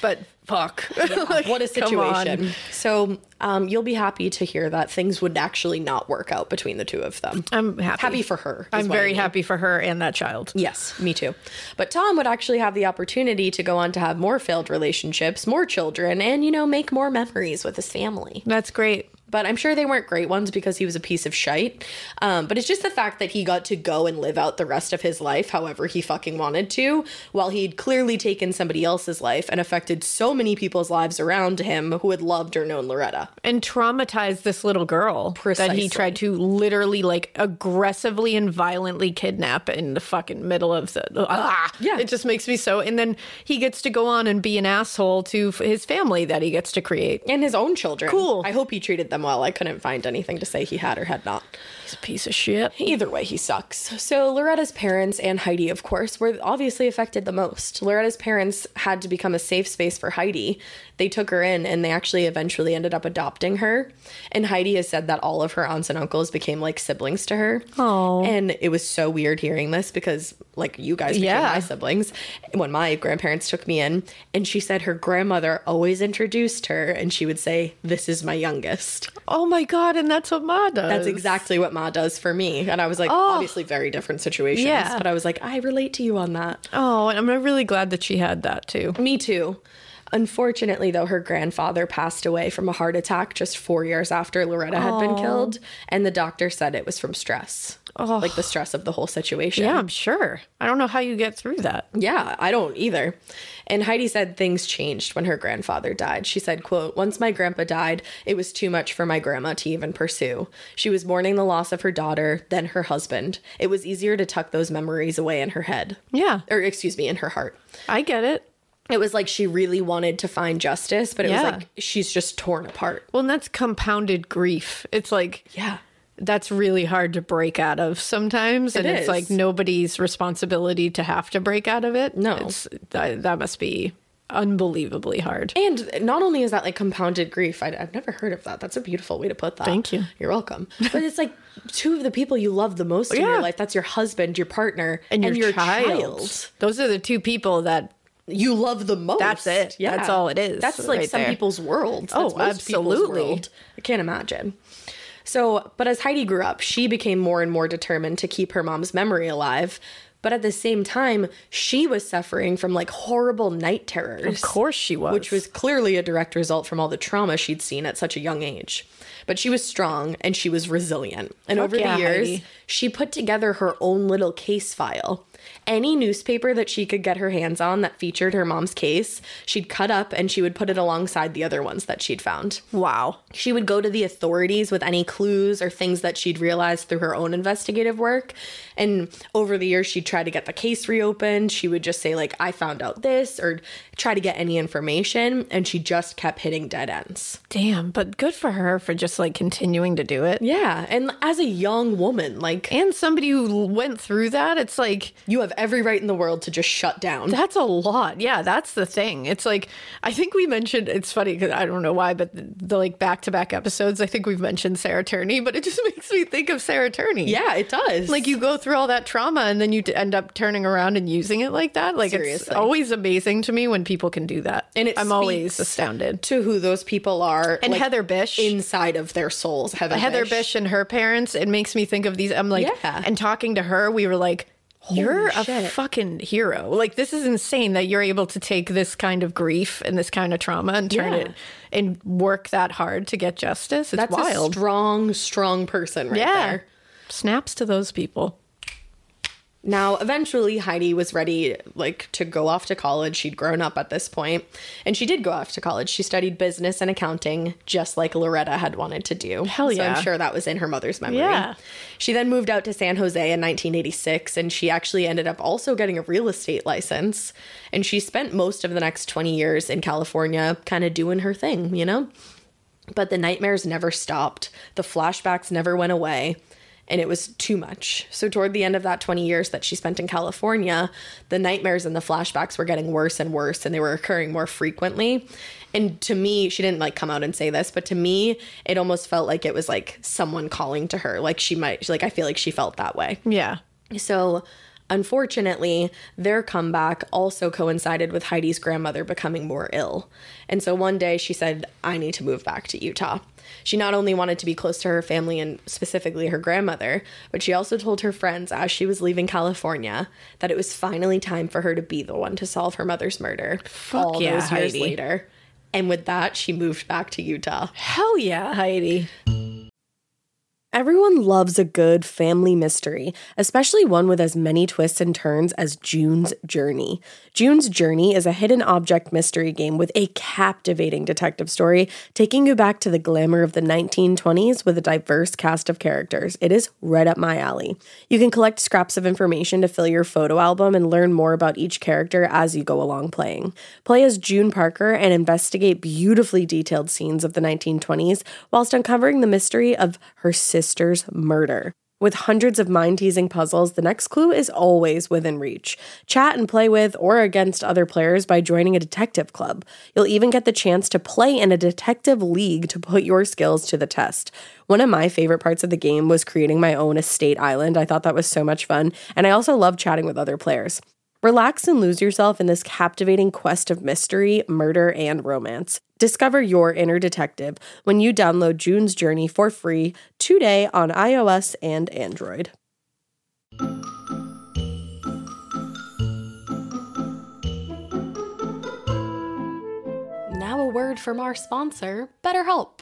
Speaker 1: But fuck. Like,
Speaker 3: what a
Speaker 1: come on.
Speaker 3: situation. So um, you'll be happy to hear that things would actually not work out between the two of them.
Speaker 1: I'm happy.
Speaker 3: Happy for her, is
Speaker 1: I'm
Speaker 3: what I
Speaker 1: very
Speaker 3: mean.
Speaker 1: happy for her and that child.
Speaker 3: Yes, me too. But Tom would actually have the opportunity to go on to have more failed relationships, more children, and, you know, make more memories with his family.
Speaker 1: That's great.
Speaker 3: But I'm sure they weren't great ones because he was a piece of shite. Um, but it's just the fact that he got to go and live out the rest of his life however he fucking wanted to, while he'd clearly taken somebody else's life and affected so many people's lives around him who had loved or known Loretta.
Speaker 1: and traumatized this little girl that
Speaker 3: Precisely.
Speaker 1: he tried to literally like aggressively and violently kidnap in the fucking middle of the ah,
Speaker 3: Yeah.
Speaker 1: it just makes me so and then he gets to go on and be an asshole to f- his family that he gets to create
Speaker 3: And his own children.
Speaker 1: Cool.
Speaker 3: I hope he treated them them well. I couldn't find anything to say he had or had not.
Speaker 1: He's a piece of shit.
Speaker 3: Either way, he sucks. So, Loretta's parents and Heidi, of course, were obviously affected the most. Loretta's parents had to become a safe space for Heidi. They took her in and they actually eventually ended up adopting her. And Heidi has said that all of her aunts and uncles became like siblings to her.
Speaker 1: Aw.
Speaker 3: And it was so weird hearing this because, like, you guys became
Speaker 1: Yeah.
Speaker 3: my siblings when my grandparents took me in. And she said her grandmother always introduced her and she would say, This is my youngest.
Speaker 1: Oh my god, and that's what Ma does.
Speaker 3: That's exactly what Ma does for me. And I was like, obviously, very different situations.
Speaker 1: Yeah.
Speaker 3: But I was like, I relate to you on that.
Speaker 1: Oh, and I'm really glad that she had that too.
Speaker 3: Me too. Unfortunately, though, her grandfather passed away from a heart attack just four years after Loretta had been killed. And the doctor said it was from stress like the stress of the whole situation.
Speaker 1: Yeah, I'm sure. I don't know how you get through that.
Speaker 3: Yeah, I don't either. And Heidi said things changed when her grandfather died. She said, quote, "Once my grandpa died, it was too much for my grandma to even pursue. She was mourning the loss of her daughter, then her husband. It was easier to tuck those memories away in her head."
Speaker 1: Yeah,
Speaker 3: Or excuse me, in her heart.
Speaker 1: I get it.
Speaker 3: It was like she really wanted to find justice, but it
Speaker 1: Yeah.
Speaker 3: was like she's just torn apart.
Speaker 1: Well, and that's compounded grief. It's like
Speaker 3: Yeah.
Speaker 1: that's really hard to break out of sometimes, and
Speaker 3: is.
Speaker 1: it's like nobody's responsibility to have to break out of it.
Speaker 3: No.
Speaker 1: it's, that, that must be unbelievably hard.
Speaker 3: And not only is that like compounded grief, I, I've never heard of that. That's a beautiful way to put that.
Speaker 1: Thank you.
Speaker 3: You're welcome. But it's like two of the people you love the most in
Speaker 1: Yeah.
Speaker 3: your life that's your husband, your partner,
Speaker 1: And your, child. Those are the two people that
Speaker 3: You love the most.
Speaker 1: That's it.
Speaker 3: Yeah.
Speaker 1: That's all it is
Speaker 3: That's like
Speaker 1: right
Speaker 3: some
Speaker 1: there.
Speaker 3: people's world.
Speaker 1: Oh,
Speaker 3: That's most people's
Speaker 1: absolutely.
Speaker 3: world. I can't imagine. So, but as Heidi grew up, she became more and more determined to keep her mom's memory alive. But at the same time, she was suffering from like horrible night terrors.
Speaker 1: Of course she was.
Speaker 3: Which was clearly a direct result from all the trauma she'd seen at such a young age. But she was strong and she was resilient. And
Speaker 1: Fuck
Speaker 3: over
Speaker 1: yeah,
Speaker 3: the years,
Speaker 1: Heidi.
Speaker 3: she put together her own little case file. Any newspaper that she could get her hands on that featured her mom's case, she'd cut up and she would put it alongside the other ones that she'd found.
Speaker 1: wow.
Speaker 3: She would go to the authorities with any clues or things that she'd realized through her own investigative work. And over the years, she'd try to get the case reopened. She would just say, like, I found out this, or try to get any information. And she just kept hitting dead ends.
Speaker 1: Damn, but good for her for just like continuing to do it.
Speaker 3: Yeah. And as a young woman, like,
Speaker 1: And somebody who went through that, it's like
Speaker 3: you have every right in the world to just shut down.
Speaker 1: That's a lot. Yeah, that's the thing. It's like I think we mentioned. It's funny because I don't know why, but the, the like back to back episodes, I think we've mentioned Sarah Turney, but it just makes me think of Sarah Turney.
Speaker 3: yeah, it does.
Speaker 1: Like you go through all that trauma and then you d- end up turning around and using it like that. Like it's
Speaker 3: Seriously.
Speaker 1: always amazing to me when people can do that.
Speaker 3: And it
Speaker 1: I'm always
Speaker 3: speaks
Speaker 1: astounded.
Speaker 3: to who those people are.
Speaker 1: And
Speaker 3: like,
Speaker 1: Heather Bish.
Speaker 3: Inside of their souls. Heather,
Speaker 1: Heather Bish. and her parents, it makes me think of these. I'm like,
Speaker 3: Yeah.
Speaker 1: and talking to her, we were like, you're a
Speaker 3: shit."
Speaker 1: fucking hero. Like, this is insane that you're able to take this kind of grief and this kind of trauma and turn
Speaker 3: Yeah.
Speaker 1: it and work that hard to get justice. It's
Speaker 3: That's
Speaker 1: wild.
Speaker 3: a strong, strong person right
Speaker 1: yeah.
Speaker 3: there.
Speaker 1: Snaps to those people.
Speaker 3: Now, eventually, Heidi was ready, like, to go off to college. She'd grown up at this point, and she did go off to college. She studied business and accounting, just like Loretta had wanted to do.
Speaker 1: Hell yeah.
Speaker 3: So I'm sure that was in her mother's memory.
Speaker 1: Yeah.
Speaker 3: She then moved out to San Jose in 1986, and she actually ended up also getting a real estate license. And she spent most of the next 20 years in California, kind of doing her thing, you know? But the nightmares never stopped. The flashbacks never went away. And it was too much. So, toward the end of that 20 years that she spent in California, the nightmares and the flashbacks were getting worse and worse, and they were occurring more frequently. And to me, she didn't like come out and say this, but to me, it almost felt like it was like someone calling to her. Like she might, like I feel like she felt that way.
Speaker 1: Yeah.
Speaker 3: So, unfortunately, their comeback also coincided with Heidi's grandmother becoming more ill. And so one day she said, I need to move back to Utah. She not only wanted to be close to her family and specifically her grandmother, but she also told her friends as she was leaving California that it was finally time for her to be the one to solve her mother's murder all
Speaker 1: yeah,
Speaker 3: those years
Speaker 1: Heidi.
Speaker 3: later. And with that, she moved back to Utah.
Speaker 1: Hell yeah, Heidi.
Speaker 2: Everyone loves a good family mystery, especially one with as many twists and turns as June's Journey. June's Journey is a hidden object mystery game with a captivating detective story, taking you back to the glamour of the 1920s with a diverse cast of characters. It is right up my alley. You can collect scraps of information to fill your photo album and learn more about each character as you go along playing. Play as June Parker and investigate beautifully detailed scenes of the 1920s whilst uncovering the mystery of her sister's murder. With hundreds of mind teasing puzzles, the next clue is always within reach. Chat and play with or against other players by joining a detective club. You'll even get the chance to play in a detective league to put your skills to the test. One of my favorite parts of the game was creating my own estate island. I thought that was so much fun, and I also love chatting with other players. Relax and lose yourself in this captivating quest of mystery, murder, and romance. Discover your inner detective when you download June's Journey for free today on iOS and Android.
Speaker 3: Now, a word from our sponsor, BetterHelp.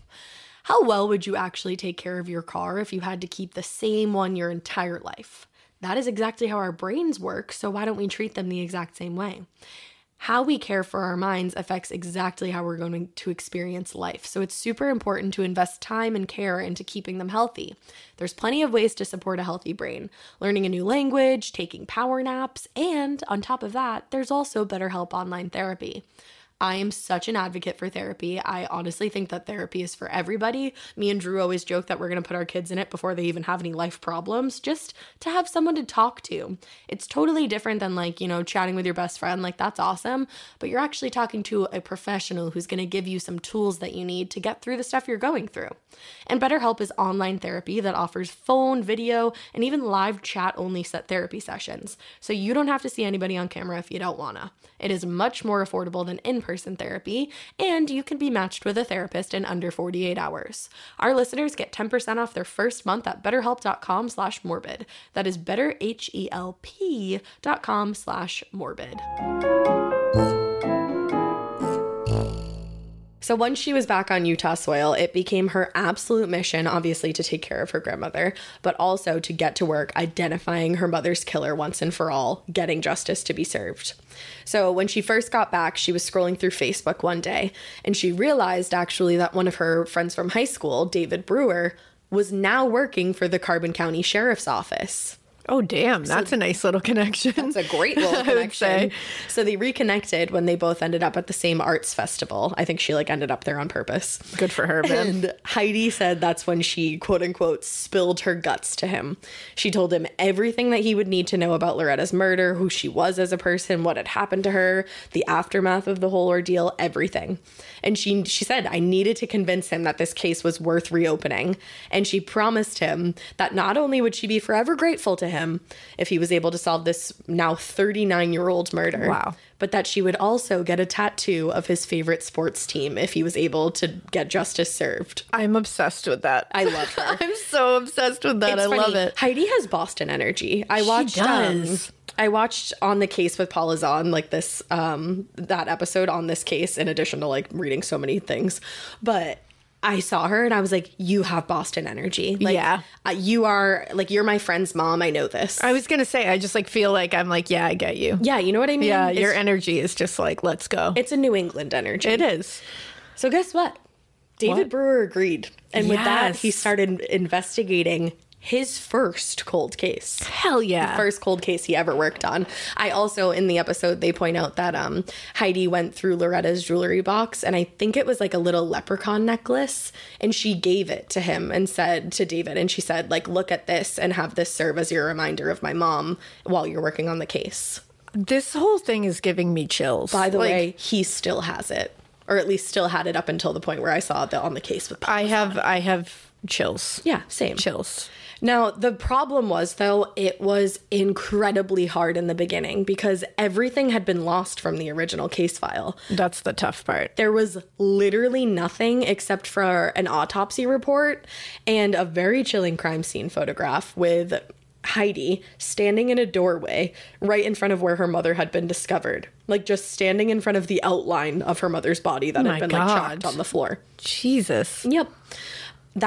Speaker 3: How well would you actually take care of your car if you had to keep the same one your entire life? That is exactly how our brains work, so why don't we treat them the exact same way? How we care for our minds affects exactly how we're going to experience life, so it's super important to invest time and care into keeping them healthy. There's plenty of ways to support a healthy brain learning a new language, taking power naps, and on top of that, there's also BetterHelp Online Therapy. I am such an advocate for therapy. I honestly think that therapy is for everybody. Me and Drew always joke that we're going to put our kids in it before they even have any life problems, just to have someone to talk to. It's totally different than, like, you know, chatting with your best friend. Like, that's awesome. But you're actually talking to a professional who's going to give you some tools that you need to get through the stuff you're going through. And BetterHelp is online therapy that offers phone, video, and even live chat only set therapy sessions. So you don't have to see anybody on camera if you don't want to. It is much more affordable than in person therapy, and you can be matched with a therapist in under 48 hours. Our listeners get 10% off their first month at betterhelp.com slash morbid. That is E betterhelp.com slash morbid. So once she was back on Utah soil, it became her absolute mission, obviously, to take care of her grandmother, but also to get to work identifying her mother's killer once and for all, getting justice to be served. So when she first got back, she was scrolling through Facebook one day, and she realized actually that one of her friends from high school, David Brewer, was now working for the Carbon County Sheriff's Office.
Speaker 1: Oh, damn. That's a nice little connection.
Speaker 3: It's a great little
Speaker 1: I would say.
Speaker 3: connection. So they reconnected when they both ended up at the same arts festival. I think she like ended up there on purpose.
Speaker 1: Good for her, man.
Speaker 3: And Heidi said that's when she, quote unquote, spilled her guts to him. She told him everything that he would need to know about Loretta's murder, who she was as a person, what had happened to her, the aftermath of the whole ordeal, everything. And she she said, I needed to convince him that this case was worth reopening. And she promised him that not only would she be forever grateful to him if he was able to solve this now 39-year-old murder.
Speaker 1: Wow.
Speaker 3: But that she would also get a tattoo of his favorite sports team if he was able to get justice served.
Speaker 1: I'm obsessed with that.
Speaker 3: I love her.
Speaker 1: I'm so obsessed with that.
Speaker 3: It's
Speaker 1: I love
Speaker 3: funny.
Speaker 1: it.
Speaker 3: Heidi has Boston energy. I watched. um,
Speaker 1: does.
Speaker 3: I watched on the case with Paul Azan, like this, um, that episode on this case. In addition to like reading so many things, but I saw her and I was like, "You have Boston energy. Like,
Speaker 1: Yeah.
Speaker 3: uh, you are like you're my friend's mom. I know this.
Speaker 1: I was gonna say, I just like feel like I'm like, yeah, I get you.
Speaker 3: yeah, you know what I mean.
Speaker 1: Yeah,
Speaker 3: it's,
Speaker 1: your energy is just like, let's go.
Speaker 3: it's a New England energy.
Speaker 1: it is.
Speaker 3: So guess what? David
Speaker 1: What?
Speaker 3: Brewer agreed, and with that,
Speaker 1: Yes.
Speaker 3: he started investigating his first cold case.
Speaker 1: Hell yeah.
Speaker 3: the first cold case he ever worked on. I also in the episode they point out that um Heidi went through Loretta's jewelry box and I think it was like a little leprechaun necklace and she gave it to him and said to David and she said like look at this and have this serve as your reminder of my mom while you're working on the case.
Speaker 1: this whole thing is giving me chills.
Speaker 3: By the
Speaker 1: Like,
Speaker 3: way, he still has it or at least still had it up until the point where I saw the on the case with
Speaker 1: I have I have chills.
Speaker 3: yeah, same.
Speaker 1: Chills.
Speaker 3: Now, the problem was, though, it was incredibly hard in the beginning because everything had been lost from the original case file.
Speaker 1: That's the tough part.
Speaker 3: There was literally nothing except for an autopsy report and a very chilling crime scene photograph with Heidi standing in a doorway right in front of where her mother had been discovered. Like just standing in front of the outline of her mother's body that
Speaker 1: my
Speaker 3: had been like
Speaker 1: God.
Speaker 3: chalked on the floor.
Speaker 1: Jesus.
Speaker 3: Yep.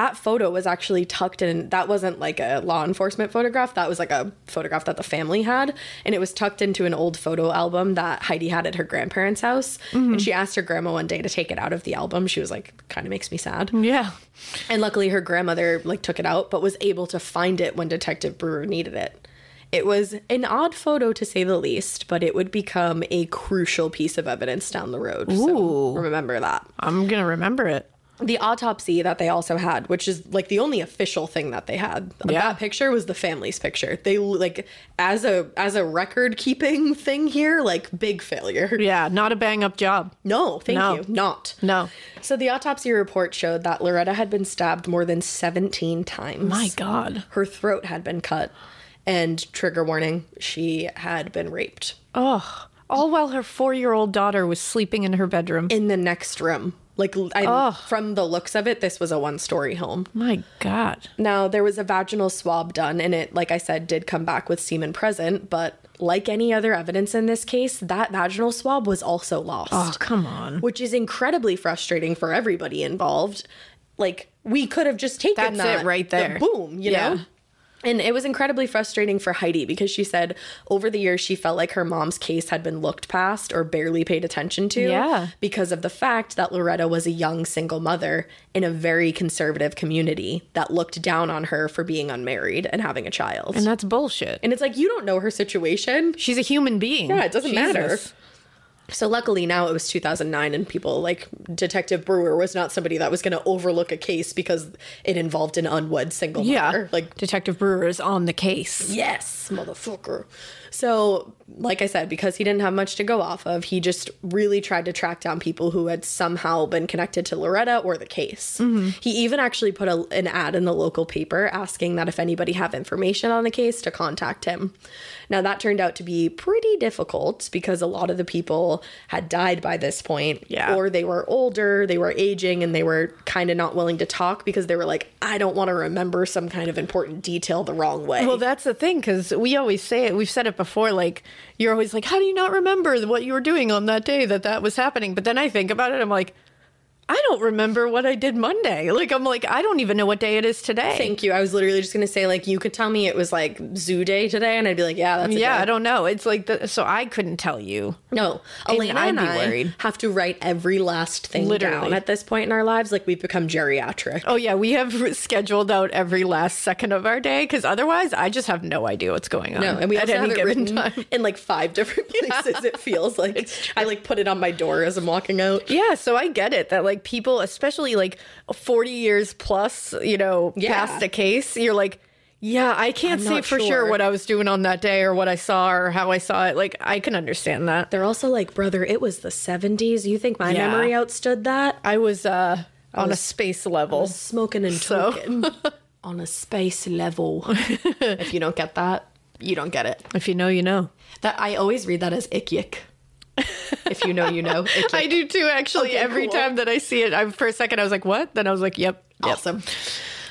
Speaker 3: that photo was actually tucked in that wasn't like a law enforcement photograph that was like a photograph that the family had and it was tucked into an old photo album that heidi had at her grandparents house and she asked her grandma one day to take it out of the album she was like kind of makes me sad
Speaker 1: Yeah.
Speaker 3: and luckily her grandmother like took it out but was able to find it when detective brewer needed it it was an odd photo to say the least but it would become a crucial piece of evidence down the road so remember that
Speaker 1: I'm going to remember it.
Speaker 3: the autopsy that they also had, which is like the only official thing that they had.
Speaker 1: Yeah.
Speaker 3: That picture was the family's picture. They like as a as a record keeping thing here, like big failure.
Speaker 1: Yeah. Not a bang up job.
Speaker 3: No, thank
Speaker 1: No.
Speaker 3: you. Not.
Speaker 1: No.
Speaker 3: So the autopsy report showed that Loretta had been stabbed more than 17 times.
Speaker 1: My God.
Speaker 3: Her throat had been cut and trigger warning, she had been raped
Speaker 1: Oh, all while her four year old daughter was sleeping in her bedroom.
Speaker 3: in the next room. Like I, from the looks of it, this was a one story home.
Speaker 1: My God.
Speaker 3: Now, there was a vaginal swab done, and it, like I said, did come back with semen present, but like any other evidence in this case, that vaginal swab was also lost,
Speaker 1: Oh, come on.
Speaker 3: which is incredibly frustrating for everybody involved. Like, we could have just taken
Speaker 1: That's
Speaker 3: that
Speaker 1: it right
Speaker 3: the
Speaker 1: there.
Speaker 3: boom, you
Speaker 1: Yeah.
Speaker 3: know? And it was incredibly frustrating for Heidi because she said over the years she felt like her mom's case had been looked past or barely paid attention to
Speaker 1: Yeah.
Speaker 3: because of the fact that Loretta was a young single mother in a very conservative community that looked down on her for being unmarried and having a child.
Speaker 1: And that's bullshit.
Speaker 3: And it's like, you don't know her situation.
Speaker 1: She's a human being. Yeah,
Speaker 3: it doesn't matter. So luckily now it was 2009 and people like Detective Brewer was not somebody that was going to overlook a case because it involved an unwed single
Speaker 1: Yeah.
Speaker 3: mother. Like
Speaker 1: Detective Brewer is on the case.
Speaker 3: Yes, motherfucker. So, like I said, because he didn't have much to go off of, he just really tried to track down people who had somehow been connected to Loretta or the case. He even actually put a, an ad in the local paper asking that if anybody have information on the case to contact him. Now, that turned out to be pretty difficult because a lot of the people had died by this point,
Speaker 1: Yeah.
Speaker 3: or they were older, they were aging, and they were kind of not willing to talk because they were like, I don't want to remember some kind of important detail the wrong way.
Speaker 1: Well, that's the thing because we always say it. We've said it before. Like you're always like, how do you not remember what you were doing on that day that that was happening? But then I think about it. I'm like, I don't remember what I did Monday. Like I'm like, I don't even know what day it is today.
Speaker 3: Thank you. I was literally just gonna say like you could tell me it was like zoo day today, and I'd be like, yeah, that's a
Speaker 1: yeah,
Speaker 3: Day.
Speaker 1: I don't know. It's like the, so I couldn't tell you.
Speaker 3: No,
Speaker 1: And
Speaker 3: Elena
Speaker 1: I'd
Speaker 3: and
Speaker 1: be
Speaker 3: I
Speaker 1: worried.
Speaker 3: have to write every last thing
Speaker 1: Literally.
Speaker 3: down at this point in our lives. Like we've become geriatric.
Speaker 1: Oh yeah, we have scheduled out every last second of our day because otherwise, I just have no idea what's going on.
Speaker 3: No, and we
Speaker 1: at
Speaker 3: also
Speaker 1: any
Speaker 3: have it
Speaker 1: given
Speaker 3: written in like five different places. It feels like I like put it on my door as I'm walking out.
Speaker 1: Yeah, so I get it that like people, especially like 40 years plus, you know,
Speaker 3: Yeah.
Speaker 1: past a case, you're like, yeah, I can't
Speaker 3: I'm
Speaker 1: say
Speaker 3: not
Speaker 1: for sure.
Speaker 3: sure.
Speaker 1: what I was doing on that day or what I saw or how I saw it. Like, I can understand that.
Speaker 3: They're also like, brother, it was the 70s. You think my
Speaker 1: Yeah.
Speaker 3: memory outstood that?
Speaker 1: I was uh, on a space level.
Speaker 3: Smoking and
Speaker 1: Oh. So-
Speaker 3: token on a space level. if you don't get that, you don't get it.
Speaker 1: if you know, you know.
Speaker 3: That I always read that as ick yick. If you know, you know. Ick
Speaker 1: I
Speaker 3: yick.
Speaker 1: do too, actually.
Speaker 3: Okay,
Speaker 1: Every
Speaker 3: cool.
Speaker 1: time that I see it, I, for a second, I was like, what? Then I was like, yep. yep.
Speaker 3: Awesome.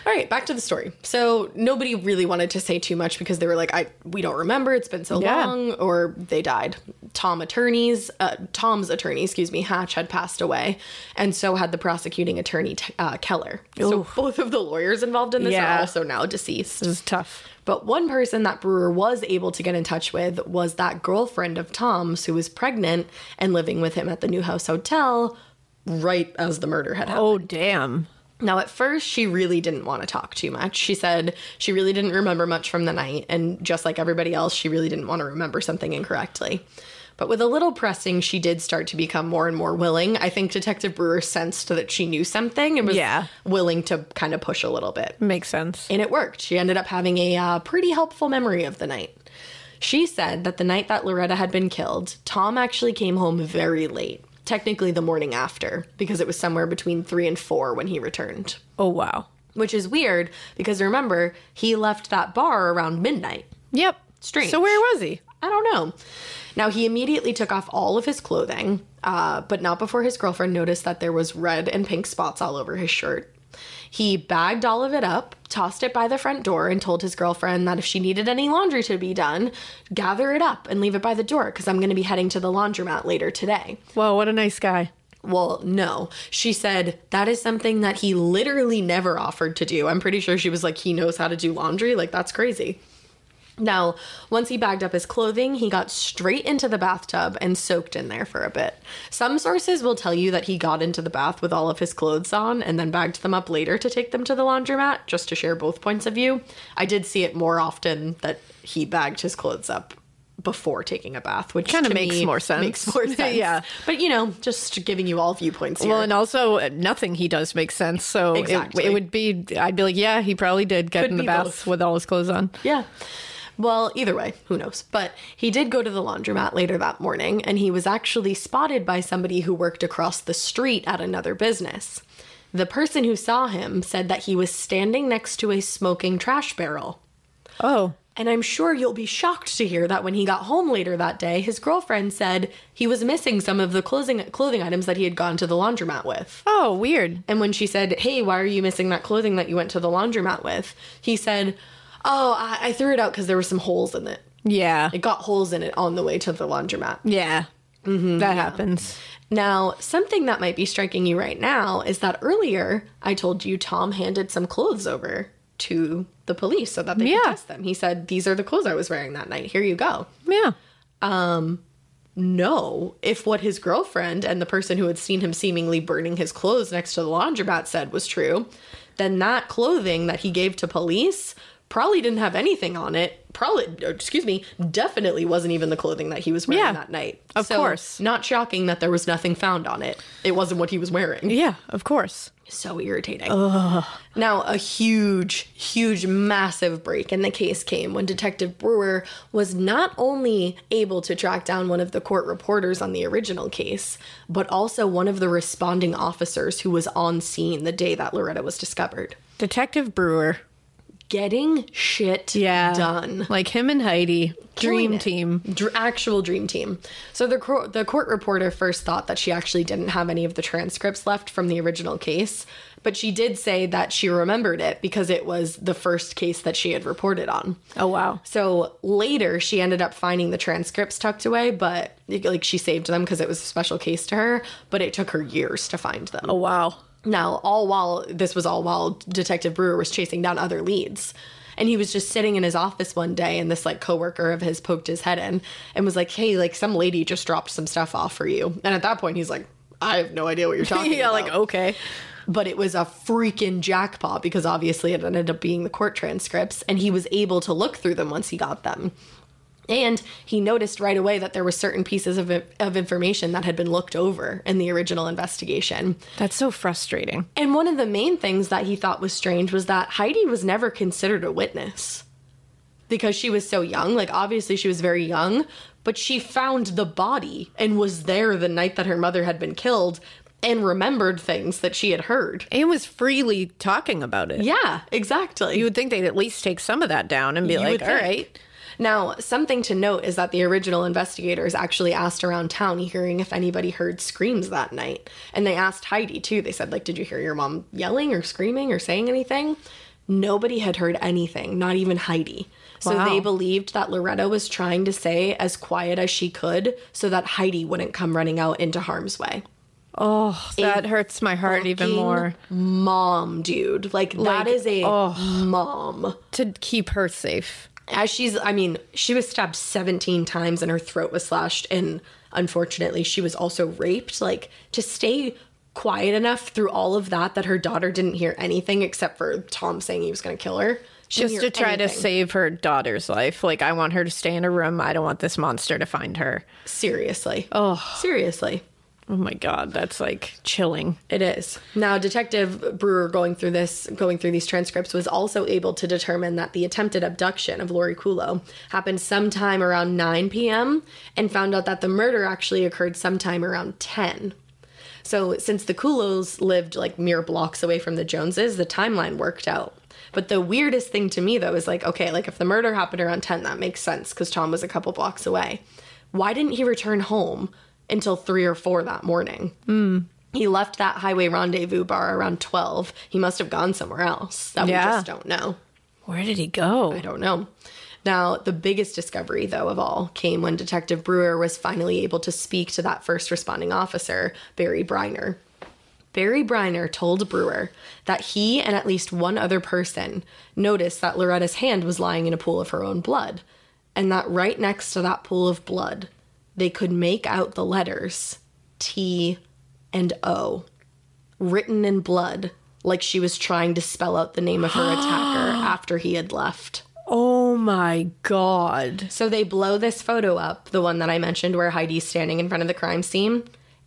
Speaker 3: All right, back to the story. So nobody really wanted to say too much because they were like, "I we don't remember. It's been so
Speaker 1: Yeah.
Speaker 3: long," or they died. Tom attorneys, uh, Tom's attorney, excuse me, Hatch had passed away, and so had the prosecuting attorney T- uh, Keller. So both of the lawyers involved in this
Speaker 1: Yeah.
Speaker 3: are also now deceased.
Speaker 1: This is tough.
Speaker 3: But one person that Brewer was able to get in touch with was that girlfriend of Tom's who was pregnant and living with him at the New House Hotel right as the murder had happened.
Speaker 1: Oh, damn.
Speaker 3: Now, at first, she really didn't want to talk too much. She said she really didn't remember much from the night, and just like everybody else, she really didn't want to remember something incorrectly. But with a little pressing, she did start to become more and more willing. I think Detective Brewer sensed that she knew something and was
Speaker 1: Yeah.
Speaker 3: willing to kind of push a little bit.
Speaker 1: Makes sense.
Speaker 3: And it worked. She ended up having a uh, pretty helpful memory of the night. She said that the night that Loretta had been killed, Tom actually came home very late, technically the morning after, because it was somewhere between three and four when he returned.
Speaker 1: Oh, wow.
Speaker 3: Which is weird because remember, he left that bar around midnight.
Speaker 1: Yep.
Speaker 3: Strange.
Speaker 1: So where was he?
Speaker 3: I don't know. Now, he immediately took off all of his clothing, uh, but not before his girlfriend noticed that there was red and pink spots all over his shirt. He bagged all of it up, tossed it by the front door, and told his girlfriend that if she needed any laundry to be done, gather it up and leave it by the door because I'm going to be heading to the laundromat later today.
Speaker 1: Whoa, what a nice guy.
Speaker 3: Well, no. She said that is something that he literally never offered to do. I'm pretty sure she was like, he knows how to do laundry. Like, that's crazy. Now, once he bagged up his clothing, he got straight into the bathtub and soaked in there for a bit. Some sources will tell you that he got into the bath with all of his clothes on and then bagged them up later to take them to the laundromat, just to share both points of view. I did see it more often that he bagged his clothes up before taking a bath, which
Speaker 1: Kinda
Speaker 3: to
Speaker 1: makes
Speaker 3: me
Speaker 1: more sense.
Speaker 3: Makes more sense.
Speaker 1: Yeah.
Speaker 3: But you know, just giving you all viewpoints here.
Speaker 1: Well, and also uh, nothing he does makes sense. So it-
Speaker 3: Exactly.
Speaker 1: it, would be, I'd be like, yeah, he probably did get
Speaker 3: Could
Speaker 1: in the
Speaker 3: be
Speaker 1: bath
Speaker 3: both.
Speaker 1: with all his clothes on.
Speaker 3: Yeah. Well, either way, who knows? But he did go to the laundromat later that morning, and he was actually spotted by somebody who worked across the street at another business. The person who saw him said that he was standing next to a smoking trash barrel.
Speaker 1: Oh,
Speaker 3: And I'm sure you'll be shocked to hear that when he got home later that day, his girlfriend said he was missing some of the clothing, clothing items that he had gone to the laundromat with.
Speaker 1: oh, weird.
Speaker 3: And when she said, Hey, why are you missing that clothing that you went to the laundromat with? He said, Oh, I, I threw it out because there were some holes in it.
Speaker 1: Yeah.
Speaker 3: It got holes in it on the way to the laundromat.
Speaker 1: Yeah.
Speaker 2: Mm-hmm.
Speaker 1: that happens.
Speaker 3: Now, something that might be striking you right now is that earlier I told you Tom handed some clothes over to the police so that they
Speaker 1: Yeah.
Speaker 3: could test them. He said, These are the clothes I was wearing that night. Here you go.
Speaker 1: Yeah.
Speaker 3: No, if what his girlfriend and the person who had seen him seemingly burning his clothes next to the laundromat said was true, then that clothing that he gave to police probably didn't have anything on it. Probably, or, excuse me, definitely wasn't even the clothing that he was wearing
Speaker 1: Yeah,
Speaker 3: that night.
Speaker 1: of course.
Speaker 3: Not shocking that there was nothing found on it. It wasn't what he was wearing
Speaker 1: Yeah, of course.
Speaker 3: so irritating. Now, a huge, huge, massive break in the case came when Detective Brewer was not only able to track down one of the court reporters on the original case, but also one of the responding officers who was on scene the day that Loretta was discovered.
Speaker 1: Detective Brewer.
Speaker 3: Getting shit done.
Speaker 1: Like him and Heidi,
Speaker 3: Killing
Speaker 1: dream
Speaker 3: it.
Speaker 1: team.
Speaker 3: Dr- actual dream team. So the cor- the court reporter first thought that she actually didn't have any of the transcripts left from the original case, but she did say that she remembered it because it was the first case that she had reported on.
Speaker 1: Oh, wow.
Speaker 3: So later, she ended up finding the transcripts tucked away, but like she saved them because it was a special case to her. But it took her years to find them.
Speaker 1: Oh, wow.
Speaker 3: Now, all while this was all while Detective Brewer was chasing down other leads. And he was just sitting in his office one day and this like coworker of his poked his head in and was like, Hey, like some lady just dropped some stuff off for you. And at that point he's like, I have no idea what you're talking
Speaker 1: yeah,
Speaker 3: about.
Speaker 1: like, okay.
Speaker 3: But it was a freaking jackpot because obviously it ended up being the court transcripts and he was able to look through them once he got them. And he noticed right away that there were certain pieces of, of information that had been looked over in the original investigation.
Speaker 1: That's so frustrating.
Speaker 3: And one of the main things that he thought was strange was that Heidi was never considered a witness because she was so young. Like, obviously, she was very young, but she found the body and was there the night that her mother had been killed and remembered things that she had heard.
Speaker 1: And was freely talking about it.
Speaker 3: Yeah, exactly.
Speaker 1: You would think they'd at least take some of that down and be like,
Speaker 3: would
Speaker 1: all
Speaker 3: think.
Speaker 1: right.
Speaker 3: Now, something to note is that the original investigators actually asked around town hearing if anybody heard screams that night. And they asked Heidi too. They said like, "Did you hear your mom yelling or screaming or saying anything?" Nobody had heard anything, not even Heidi. So
Speaker 1: Wow.
Speaker 3: they believed that Loretta was trying to stay as quiet as she could so that Heidi wouldn't come running out into harm's way.
Speaker 1: Oh, that hurts my heart even
Speaker 3: Fucking
Speaker 1: more.
Speaker 3: Mom, dude. Like,
Speaker 1: Like, oh.
Speaker 3: that is a mom.
Speaker 1: To keep her safe.
Speaker 3: as she's i mean she was stabbed 17 times and her throat was slashed and unfortunately she was also raped like to stay quiet enough through all of that that her daughter didn't hear anything except for tom saying he was going to kill her She didn't
Speaker 1: Just to
Speaker 3: hear
Speaker 1: try to
Speaker 3: anything.
Speaker 1: save her daughter's life. Like, I want her to stay in a room. I don't want this monster to find her.
Speaker 3: seriously oh seriously
Speaker 1: Oh my God, that's like chilling.
Speaker 3: It is. Now, Detective Brewer going through this, going through these transcripts, was also able to determine that the attempted abduction of Lori Kulo happened sometime around 9 p.m. and found out that the murder actually occurred sometime around 10. So, since the Kulos lived like mere blocks away from the Joneses, the timeline worked out. But the weirdest thing to me, though, is like, okay, like if the murder happened around 10, that makes sense because Tom was a couple blocks away. Why didn't he return home until 3 or 4 that morning? He left that highway rendezvous bar around 12. He must have gone somewhere else. That
Speaker 1: Yeah.
Speaker 3: we just don't know.
Speaker 1: Where did he go?
Speaker 3: I don't know. Now, the biggest discovery, though, of all came when Detective Brewer was finally able to speak to that first responding officer, Barry Briner. Barry Briner told Brewer that he and at least one other person noticed that Loretta's hand was lying in a pool of her own blood, and that right next to that pool of blood, they could make out the letters T and O written in blood, like she was trying to spell out the name of her attacker after he had left.
Speaker 1: Oh my god.
Speaker 3: So they blow this photo up, the one that I mentioned where Heidi's standing in front of the crime scene.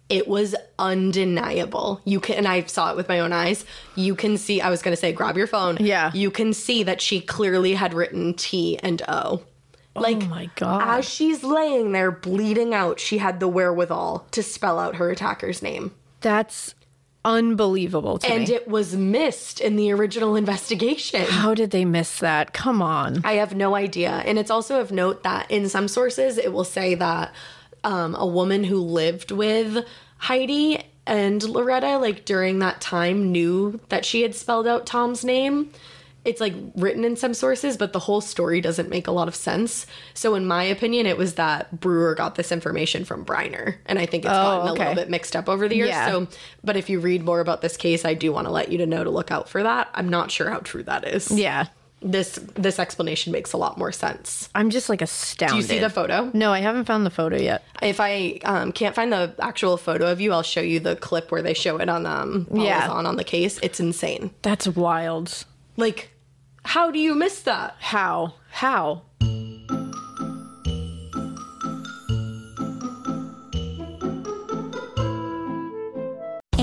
Speaker 3: It was undeniable. You can, and I saw it with my own eyes. You can see, I was going to say, grab your phone.
Speaker 1: Yeah.
Speaker 3: You can see that she clearly had written T and O. Like,
Speaker 1: oh my god.
Speaker 3: as she's laying there bleeding out, she had the wherewithal to spell out her attacker's name.
Speaker 1: That's unbelievable to
Speaker 3: And
Speaker 1: me.
Speaker 3: it was missed in the original investigation.
Speaker 1: How did they miss that? Come on.
Speaker 3: I have no idea. And it's also of note that in some sources it will say that um, a woman who lived with Heidi and Loretta, like during that time, knew that she had spelled out Tom's name. It's like written in some sources, but the whole story doesn't make a lot of sense. So, in my opinion, it was that Brewer got this information from Briner. And I think it's gotten a
Speaker 1: Oh, okay.
Speaker 3: little bit mixed up over the years.
Speaker 1: Yeah.
Speaker 3: So, but if you read more about this case, I do want to let you to know to look out for that. I'm not sure how true that is
Speaker 1: Yeah.
Speaker 3: this this explanation makes a lot more sense.
Speaker 1: I'm just like astounded.
Speaker 3: Do you see the photo?
Speaker 1: No, I haven't found the photo yet.
Speaker 3: If I um, can't find the actual photo of you, I'll show you the clip where they show it on um
Speaker 1: Yeah.
Speaker 3: on on the case. It's insane.
Speaker 1: That's wild.
Speaker 3: Like, how do you miss that?
Speaker 1: How? How?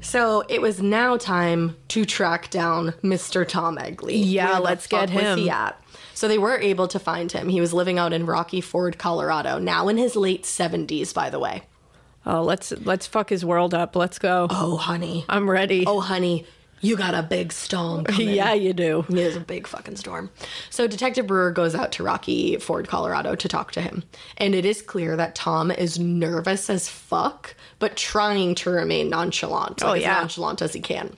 Speaker 3: So it was now time to track down Mr. Tom Egley.
Speaker 1: Yeah,
Speaker 3: Where the
Speaker 1: let's get
Speaker 3: fuck Was
Speaker 1: him.
Speaker 3: he at? So they were able to find him. He was living out in Rocky Ford, Colorado, now in his late seventies, by the way.
Speaker 1: Oh, let's let's fuck his world up. Let's go.
Speaker 3: Oh honey.
Speaker 1: I'm ready.
Speaker 3: Oh honey, you got a big storm. coming.
Speaker 1: yeah, you do.
Speaker 3: It was a big fucking storm. So Detective Brewer goes out to Rocky Ford, Colorado to talk to him. And it is clear that Tom is nervous as fuck, but trying to remain nonchalant. Like,
Speaker 1: Oh, yeah.
Speaker 3: As nonchalant as he can.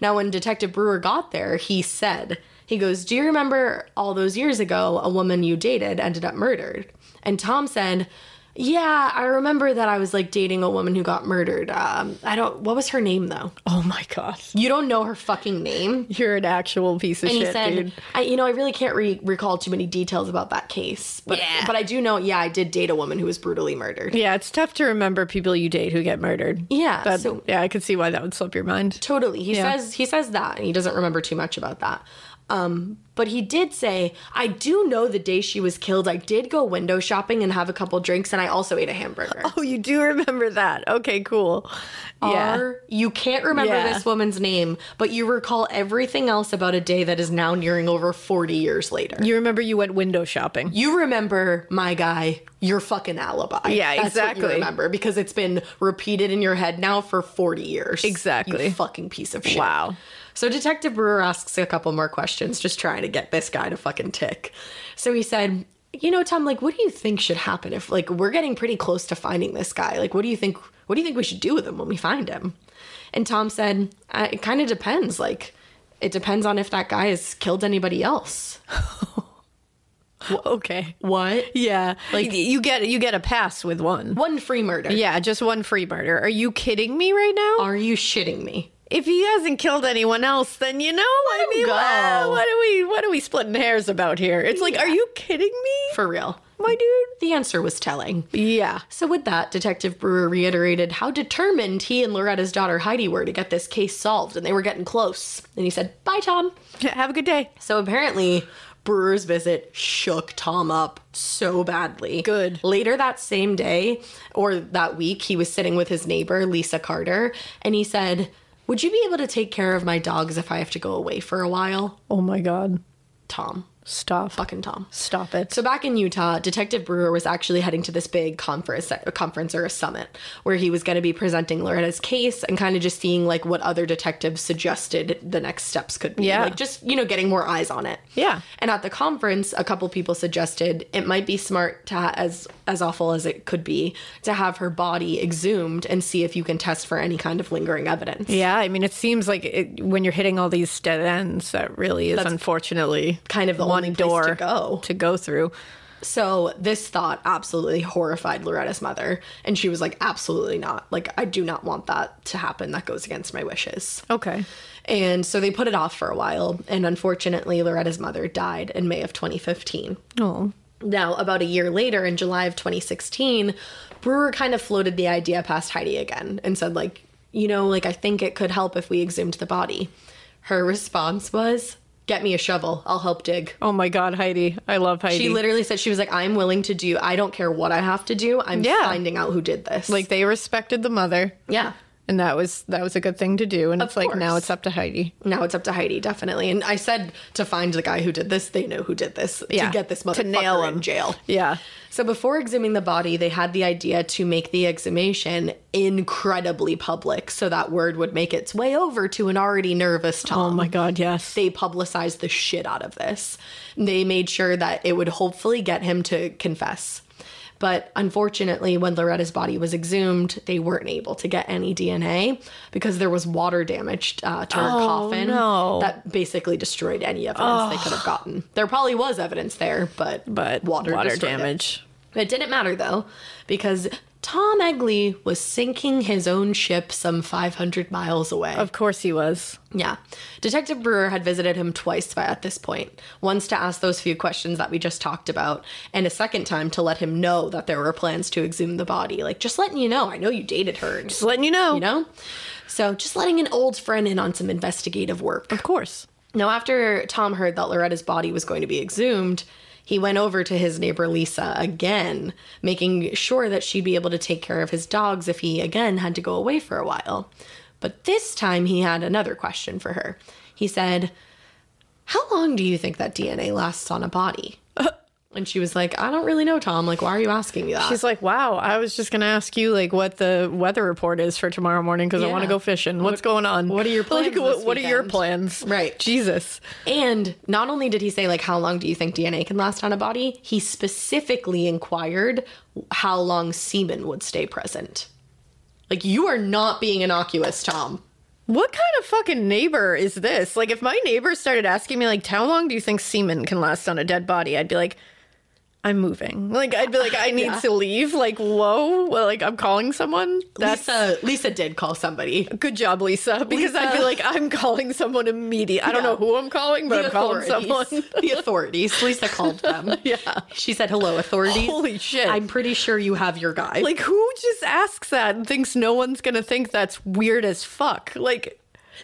Speaker 3: Now, when Detective Brewer got there, he said, he goes, Do you remember all those years ago a woman you dated ended up murdered? And Tom said, yeah, I remember that I was like dating a woman who got murdered. Um, I don't. What was her name though?
Speaker 1: Oh my god.
Speaker 3: You don't know her fucking name.
Speaker 1: You're an actual piece of
Speaker 3: And
Speaker 1: shit,
Speaker 3: he said,
Speaker 1: dude.
Speaker 3: I, you know, I really can't re- recall too many details about that case, but but I do know, yeah, I did date a woman who was brutally murdered.
Speaker 1: Yeah, it's tough to remember people you date who get murdered.
Speaker 3: Yeah,
Speaker 1: That,
Speaker 3: so-
Speaker 1: yeah, I could see why that would slip your mind.
Speaker 3: Totally, he
Speaker 1: Yeah.
Speaker 3: says he says that, and he doesn't remember too much about that. Um, but he did say, I do know the day she was killed. I did go window shopping and have a couple drinks, and I also ate a hamburger.
Speaker 1: Oh, you do remember that. Okay, cool. Oh, Yeah.
Speaker 3: Or you can't remember
Speaker 1: Yeah.
Speaker 3: this woman's name, but you recall everything else about a day that is now nearing over forty years later.
Speaker 1: You remember you went window shopping.
Speaker 3: you remember my guy your fucking alibi
Speaker 1: Yeah,
Speaker 3: That's what
Speaker 1: exactly.
Speaker 3: you remember because it's been repeated in your head now for 40 years
Speaker 1: Exactly.
Speaker 3: you fucking piece of shit
Speaker 1: Wow.
Speaker 3: so detective brewer asks a couple more questions just trying to get this guy to fucking tick so he said you know tom like what do you think should happen if like we're getting pretty close to finding this guy like what do you think what do you think we should do with him when we find him and tom said I, it kind of depends like it depends on if that guy has killed anybody else
Speaker 1: Okay.
Speaker 3: what
Speaker 1: Yeah. Like you get you get a pass with one.
Speaker 3: one free murder
Speaker 1: Yeah, just one free murder. Are you kidding me right now?
Speaker 3: Are you shitting me?
Speaker 1: if he hasn't killed anyone else, then you know. I
Speaker 3: him
Speaker 1: mean,
Speaker 3: go.
Speaker 1: wow, what are we what are we splitting hairs about here? It's like, are you kidding me,
Speaker 3: For real.
Speaker 1: my dude?
Speaker 3: The answer was telling.
Speaker 1: Yeah.
Speaker 3: So, with that, Detective Brewer reiterated how determined he and Loretta's daughter Heidi were to get this case solved, and they were getting close. And he said, Bye, Tom.
Speaker 1: Have a good day.
Speaker 3: So, apparently, Brewer's visit shook Tom up so badly.
Speaker 1: Good.
Speaker 3: Later that same day or that week, he was sitting with his neighbor, Lisa Carter, and he said, Would you be able to take care of my dogs if I have to go away for a while?
Speaker 1: Oh my God.
Speaker 3: Tom.
Speaker 1: Stop.
Speaker 3: Fucking Tom.
Speaker 1: Stop it.
Speaker 3: So back in Utah, Detective Brewer was actually heading to this big conference, a conference or a summit, where he was going to be presenting Loretta's case and kind of just seeing like what other detectives suggested the next steps could be.
Speaker 1: Yeah.
Speaker 3: Like just you know getting more eyes on it.
Speaker 1: Yeah.
Speaker 3: And at the conference, a couple people suggested it might be smart to ha- as as awful as it could be to have her body exhumed and see if you can test for any kind of lingering evidence.
Speaker 1: yeah, I mean, it seems like it, when you're hitting all these dead ends, that really is unfortunately
Speaker 3: kind of the
Speaker 1: one
Speaker 3: only place
Speaker 1: door
Speaker 3: to go.
Speaker 1: to go through.
Speaker 3: So this thought absolutely horrified Loretta's mother, and she was like, "Absolutely not! Like, I do not want that to happen. That goes against my wishes."
Speaker 1: Okay.
Speaker 3: And so they put it off for a while, and unfortunately, Loretta's mother died in May of 2015.
Speaker 1: Oh.
Speaker 3: Now, about a year later, in July of 2016, Brewer kind of floated the idea past Heidi again and said, like, you know, like, I think it could help if we exhumed the body. Her response was, get me a shovel, I'll help dig.
Speaker 1: Oh my God, Heidi. I love Heidi.
Speaker 3: She literally said, she was like, I'm willing to do, I don't care what I have to do, I'm
Speaker 1: Yeah.
Speaker 3: finding out who did this.
Speaker 1: like they respected the mother.
Speaker 3: yeah.
Speaker 1: And that was that was a good thing to do. And it's like now
Speaker 3: course.
Speaker 1: it's up to Heidi.
Speaker 3: Now it's up to Heidi, definitely. And I said to find the guy who did this. They know who did this.
Speaker 1: Yeah.
Speaker 3: To get this motherfucker
Speaker 1: To nail him.
Speaker 3: in jail.
Speaker 1: Yeah.
Speaker 3: So before exhuming the body, they had the idea to make the exhumation incredibly public so that word would make its way over to an already nervous Tom.
Speaker 1: Oh my God, yes.
Speaker 3: They publicized the shit out of this. They made sure that it would hopefully get him to confess. But unfortunately, when Loretta's body was exhumed, they weren't able to get any DNA because there was water damage uh, to her coffin
Speaker 1: Oh, no.
Speaker 3: that basically destroyed any evidence they could have gotten. There probably was evidence there, but
Speaker 1: but
Speaker 3: water,
Speaker 1: water,
Speaker 3: destroyed it.
Speaker 1: damage.
Speaker 3: It didn't matter though, because Tom Egley was sinking his own ship some 500 miles away.
Speaker 1: Of course he was.
Speaker 3: yeah. Detective Brewer had visited him twice by at this point once to ask those few questions that we just talked about, and a second time to let him know that there were plans to exhume the body. Like, just letting you know, I know you dated her. and-
Speaker 1: Just letting you know.
Speaker 3: you know? So, just letting an old friend in on some investigative work.
Speaker 1: Of course.
Speaker 3: Now, after Tom heard that Loretta's body was going to be exhumed, he went over to his neighbor Lisa again, making sure that she'd be able to take care of his dogs if he again had to go away for a while. But this time he had another question for her. He said, How long do you think that DNA lasts on a body? And she was like, I don't really know, Tom. Like, why are you asking me that?
Speaker 1: She's like, wow, I was just going to ask you like what the weather report is for tomorrow morning because I want
Speaker 3: Yeah.
Speaker 1: to go fishing. What's going on?
Speaker 3: what are your plans
Speaker 1: Like, what,
Speaker 3: this
Speaker 1: what are your
Speaker 3: weekend?
Speaker 1: plans?
Speaker 3: Right.
Speaker 1: Jesus.
Speaker 3: And not only did he say, like, how long do you think DNA can last on a body, he specifically inquired how long semen would stay present. Like, you are not being innocuous, Tom.
Speaker 1: What kind of fucking neighbor is this? Like, if my neighbor started asking me, like, how long do you think semen can last on a dead body? I'd be like, I'm moving. Like, I'd be like, I need to leave. Like, whoa. Well, like, I'm calling someone. That's
Speaker 3: Lisa, Lisa did call somebody.
Speaker 1: good job, Lisa. Because I'd be
Speaker 3: Lisa.
Speaker 1: like, I'm calling someone immediately. I don't know who I'm calling, but I'm calling someone.
Speaker 3: the authorities. Lisa called them. yeah. She said, hello, authorities.
Speaker 1: Holy shit.
Speaker 3: I'm pretty sure you have your guy.
Speaker 1: Like, who just asks that and thinks no one's gonna think that's weird as fuck? Like,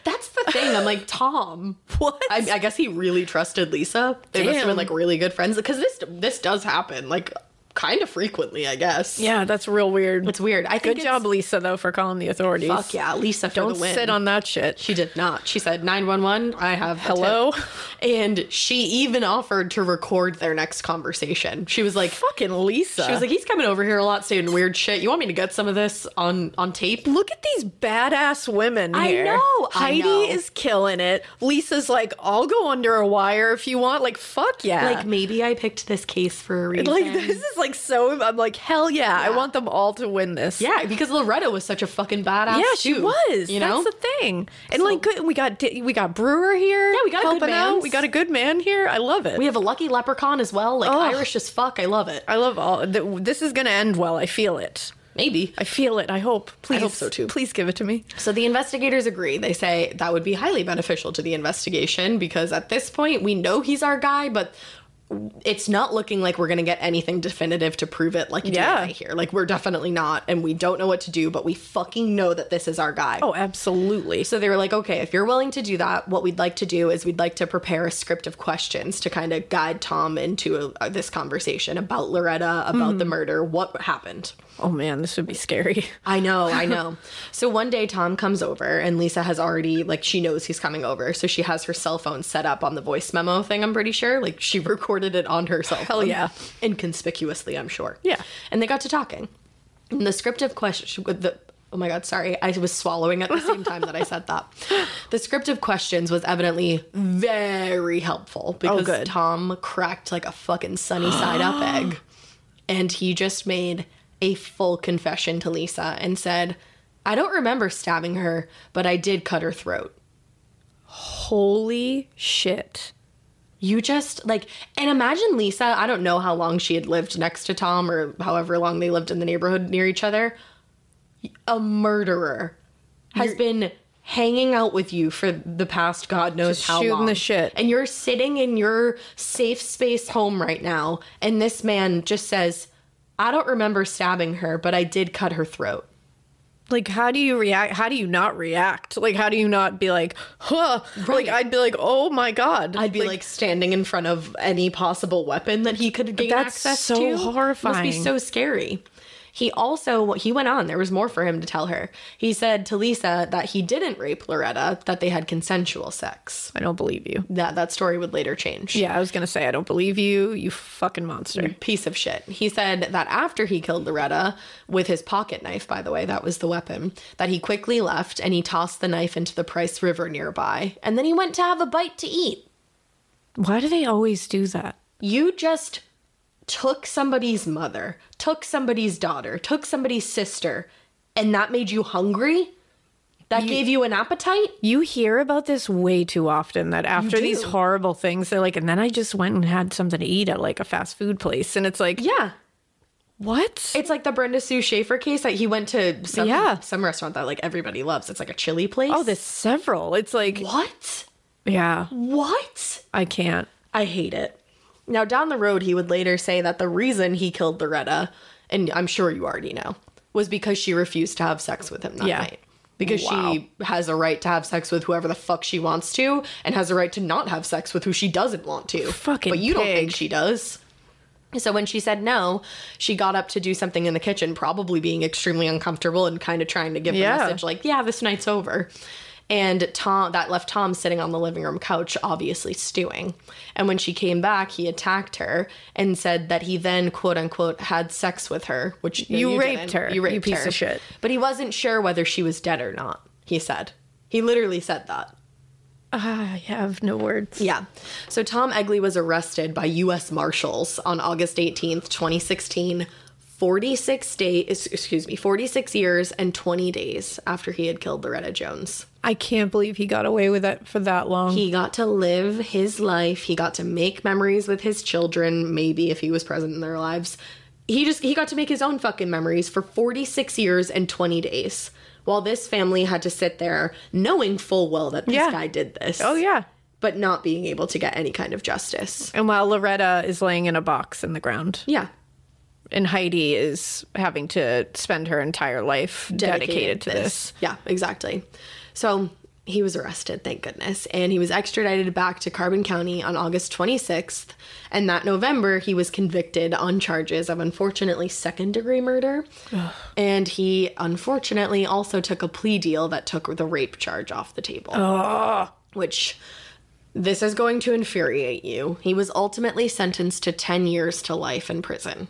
Speaker 3: that's the thing. I'm like, Tom.
Speaker 1: what?
Speaker 3: I, I guess he really trusted Lisa. They must have
Speaker 1: Damn.
Speaker 3: been like really good friends because this this does happen like kind of frequently, I guess.
Speaker 1: yeah, that's real weird.
Speaker 3: it's weird. I think
Speaker 1: Good
Speaker 3: it's-
Speaker 1: job, Lisa, though, for calling the authorities.
Speaker 3: Fuck yeah, Lisa for
Speaker 1: Don't
Speaker 3: the win.
Speaker 1: sit on that shit.
Speaker 3: She did not. She said 911. I have a
Speaker 1: Hello?
Speaker 3: tip." and she even offered to record their next conversation. She was like,
Speaker 1: Fucking Lisa.
Speaker 3: she was like, he's coming over here a lot, saying weird shit. You want me to get some of this on on tape?
Speaker 1: Look at these badass women
Speaker 3: I
Speaker 1: here.
Speaker 3: know, I
Speaker 1: Heidi
Speaker 3: know.
Speaker 1: is killing it. Lisa's like, I'll go under a wire if you want. Like, fuck yeah.
Speaker 3: Like maybe I picked this case for a reason.
Speaker 1: Like, this is like so. I'm like, hell yeah. I want them all to win this.
Speaker 3: yeah, because Loretta was such a fucking badass.
Speaker 1: Yeah, she
Speaker 3: too,
Speaker 1: was.
Speaker 3: You know,
Speaker 1: that's the thing. And like, good, we got Di- we got Brewer here.
Speaker 3: Yeah, we got a good
Speaker 1: helping out.
Speaker 3: man's.
Speaker 1: We got a good man here. I love it.
Speaker 3: we have a lucky leprechaun as well. Like
Speaker 1: Ugh.
Speaker 3: Irish as fuck. I love it.
Speaker 1: I love all. Th- this is gonna end well. I feel it.
Speaker 3: Maybe
Speaker 1: I feel it. I hope. Please,
Speaker 3: hope so, too.
Speaker 1: Please give it to me.
Speaker 3: So the investigators agree. They say that would be highly beneficial to the investigation because at this point we know he's our guy, but it's not looking like we're going to get anything definitive to prove it like
Speaker 1: Yeah.
Speaker 3: yeah. here. Like we're definitely not and we don't know what to do, but we fucking know that this is our guy.
Speaker 1: Oh, absolutely.
Speaker 3: So they were like, okay, if you're willing to do that, what we'd like to do is we'd like to prepare a script of questions to kind of guide Tom into a, this conversation about Loretta, about the murder, what happened.
Speaker 1: Oh man, this would be scary.
Speaker 3: I know, I know. so one day Tom comes over and Lisa has already like she knows he's coming over, so she has her cell phone set up on the voice memo thing, I'm pretty sure. Like she recorded it on her cell phone.
Speaker 1: yeah.
Speaker 3: Inconspicuously, I'm sure.
Speaker 1: Yeah.
Speaker 3: And they got to talking. And the script of question with the Oh my God, sorry. I was swallowing at the same time that I said that. The script of questions was evidently very helpful because
Speaker 1: Oh, good.
Speaker 3: Tom cracked like a fucking sunny side up egg and he just made a full confession to Lisa and said, I don't remember stabbing her, but I did cut her throat.
Speaker 1: Holy shit.
Speaker 3: You just like, and imagine Lisa, I don't know how long she had lived next to Tom or however long they lived in the neighborhood near each other. A murderer has been hanging out with you for the past God knows
Speaker 1: Just
Speaker 3: how
Speaker 1: shooting
Speaker 3: long.
Speaker 1: the shit.
Speaker 3: And you're sitting in your safe space home right now, and this man just says, I don't remember stabbing her, but I did cut her throat.
Speaker 1: Like, how do you react? How do you not react? Like, how do you not be like, huh? Like,
Speaker 3: Right.
Speaker 1: I'd be like, oh my God.
Speaker 3: I'd be like, standing in front of any possible weapon that he could gain
Speaker 1: That's
Speaker 3: access
Speaker 1: so
Speaker 3: to. Must
Speaker 1: horrifying.
Speaker 3: be so scary. He also he went on. There was more for him to tell her. He said to Lisa that he didn't rape Loretta, that they had consensual sex.
Speaker 1: I don't believe you.
Speaker 3: That that story would later change.
Speaker 1: Yeah, I was going to say, I don't believe you, you fucking monster.
Speaker 3: Piece of shit. He said that after he killed Loretta with his pocket knife, by the way, that was the weapon, that he quickly left and he tossed the knife into the Price River nearby. And then he went to have a bite to eat.
Speaker 1: Why do they always do that?
Speaker 3: you just took somebody's mother, took somebody's daughter, took somebody's sister, and that made you hungry? That gave you an appetite?
Speaker 1: You hear about this way too often that after these
Speaker 3: do.
Speaker 1: horrible things, they're like, and then I just went and had something to eat at like a fast food place. And it's like,
Speaker 3: Yeah.
Speaker 1: what?
Speaker 3: It's like the Brenda Sue Schaefer case that he went to some,
Speaker 1: Yeah.
Speaker 3: some restaurant that like everybody loves. It's like a chili place.
Speaker 1: oh, there's several. It's like,
Speaker 3: What?
Speaker 1: yeah,
Speaker 3: What?
Speaker 1: I can't.
Speaker 3: I hate it. Now, down the road, he would later say that the reason he killed Loretta, and I'm sure you already know, was because she refused to have sex with him that
Speaker 1: Yeah.
Speaker 3: night. Because she has a right to have sex with whoever the fuck she wants to, and has a right to not have sex with who she doesn't want to.
Speaker 1: Fucking
Speaker 3: But you don't think
Speaker 1: pig.
Speaker 3: she does. So when she said no, she got up to do something in the kitchen, probably being extremely uncomfortable and kind of trying to give
Speaker 1: Yeah.
Speaker 3: the message like, "Yeah, this night's over." And Tom that left Tom sitting on the living room couch, obviously stewing. And when she came back, he attacked her and said that he then quote unquote had sex with her, which
Speaker 1: You raped
Speaker 3: didn't.
Speaker 1: her,
Speaker 3: You raped
Speaker 1: you piece
Speaker 3: her.
Speaker 1: of shit.
Speaker 3: But he wasn't sure whether she was dead or not. He said. He literally said that.
Speaker 1: I have no words.
Speaker 3: Yeah. So Tom Egley was arrested by U.S. Marshals on August 18th, 2016, 46 days, excuse me, 46 years and 20 days after he had killed Loretta Jones.
Speaker 1: I can't believe he got away with it for that long.
Speaker 3: He got to live his life. He got to make memories with his children, maybe if he was present in their lives. He just he got to make his own fucking memories for 46 years and 20 days. While this family had to sit there knowing full well that this
Speaker 1: Yeah.
Speaker 3: guy did this.
Speaker 1: oh, yeah.
Speaker 3: But not being able to get any kind of justice.
Speaker 1: And while Loretta is laying in a box in the ground,
Speaker 3: Yeah.
Speaker 1: and Heidi is having to spend her entire life dedicated, to this.
Speaker 3: Yeah, exactly. So he was arrested, thank goodness, and he was extradited back to Carbon County on August 26th. And that November, he was convicted on charges of unfortunately second degree murder. and he unfortunately also took a plea deal that took the rape charge off the table. Which. This is going to infuriate you. He was ultimately sentenced to 10 years to life in prison.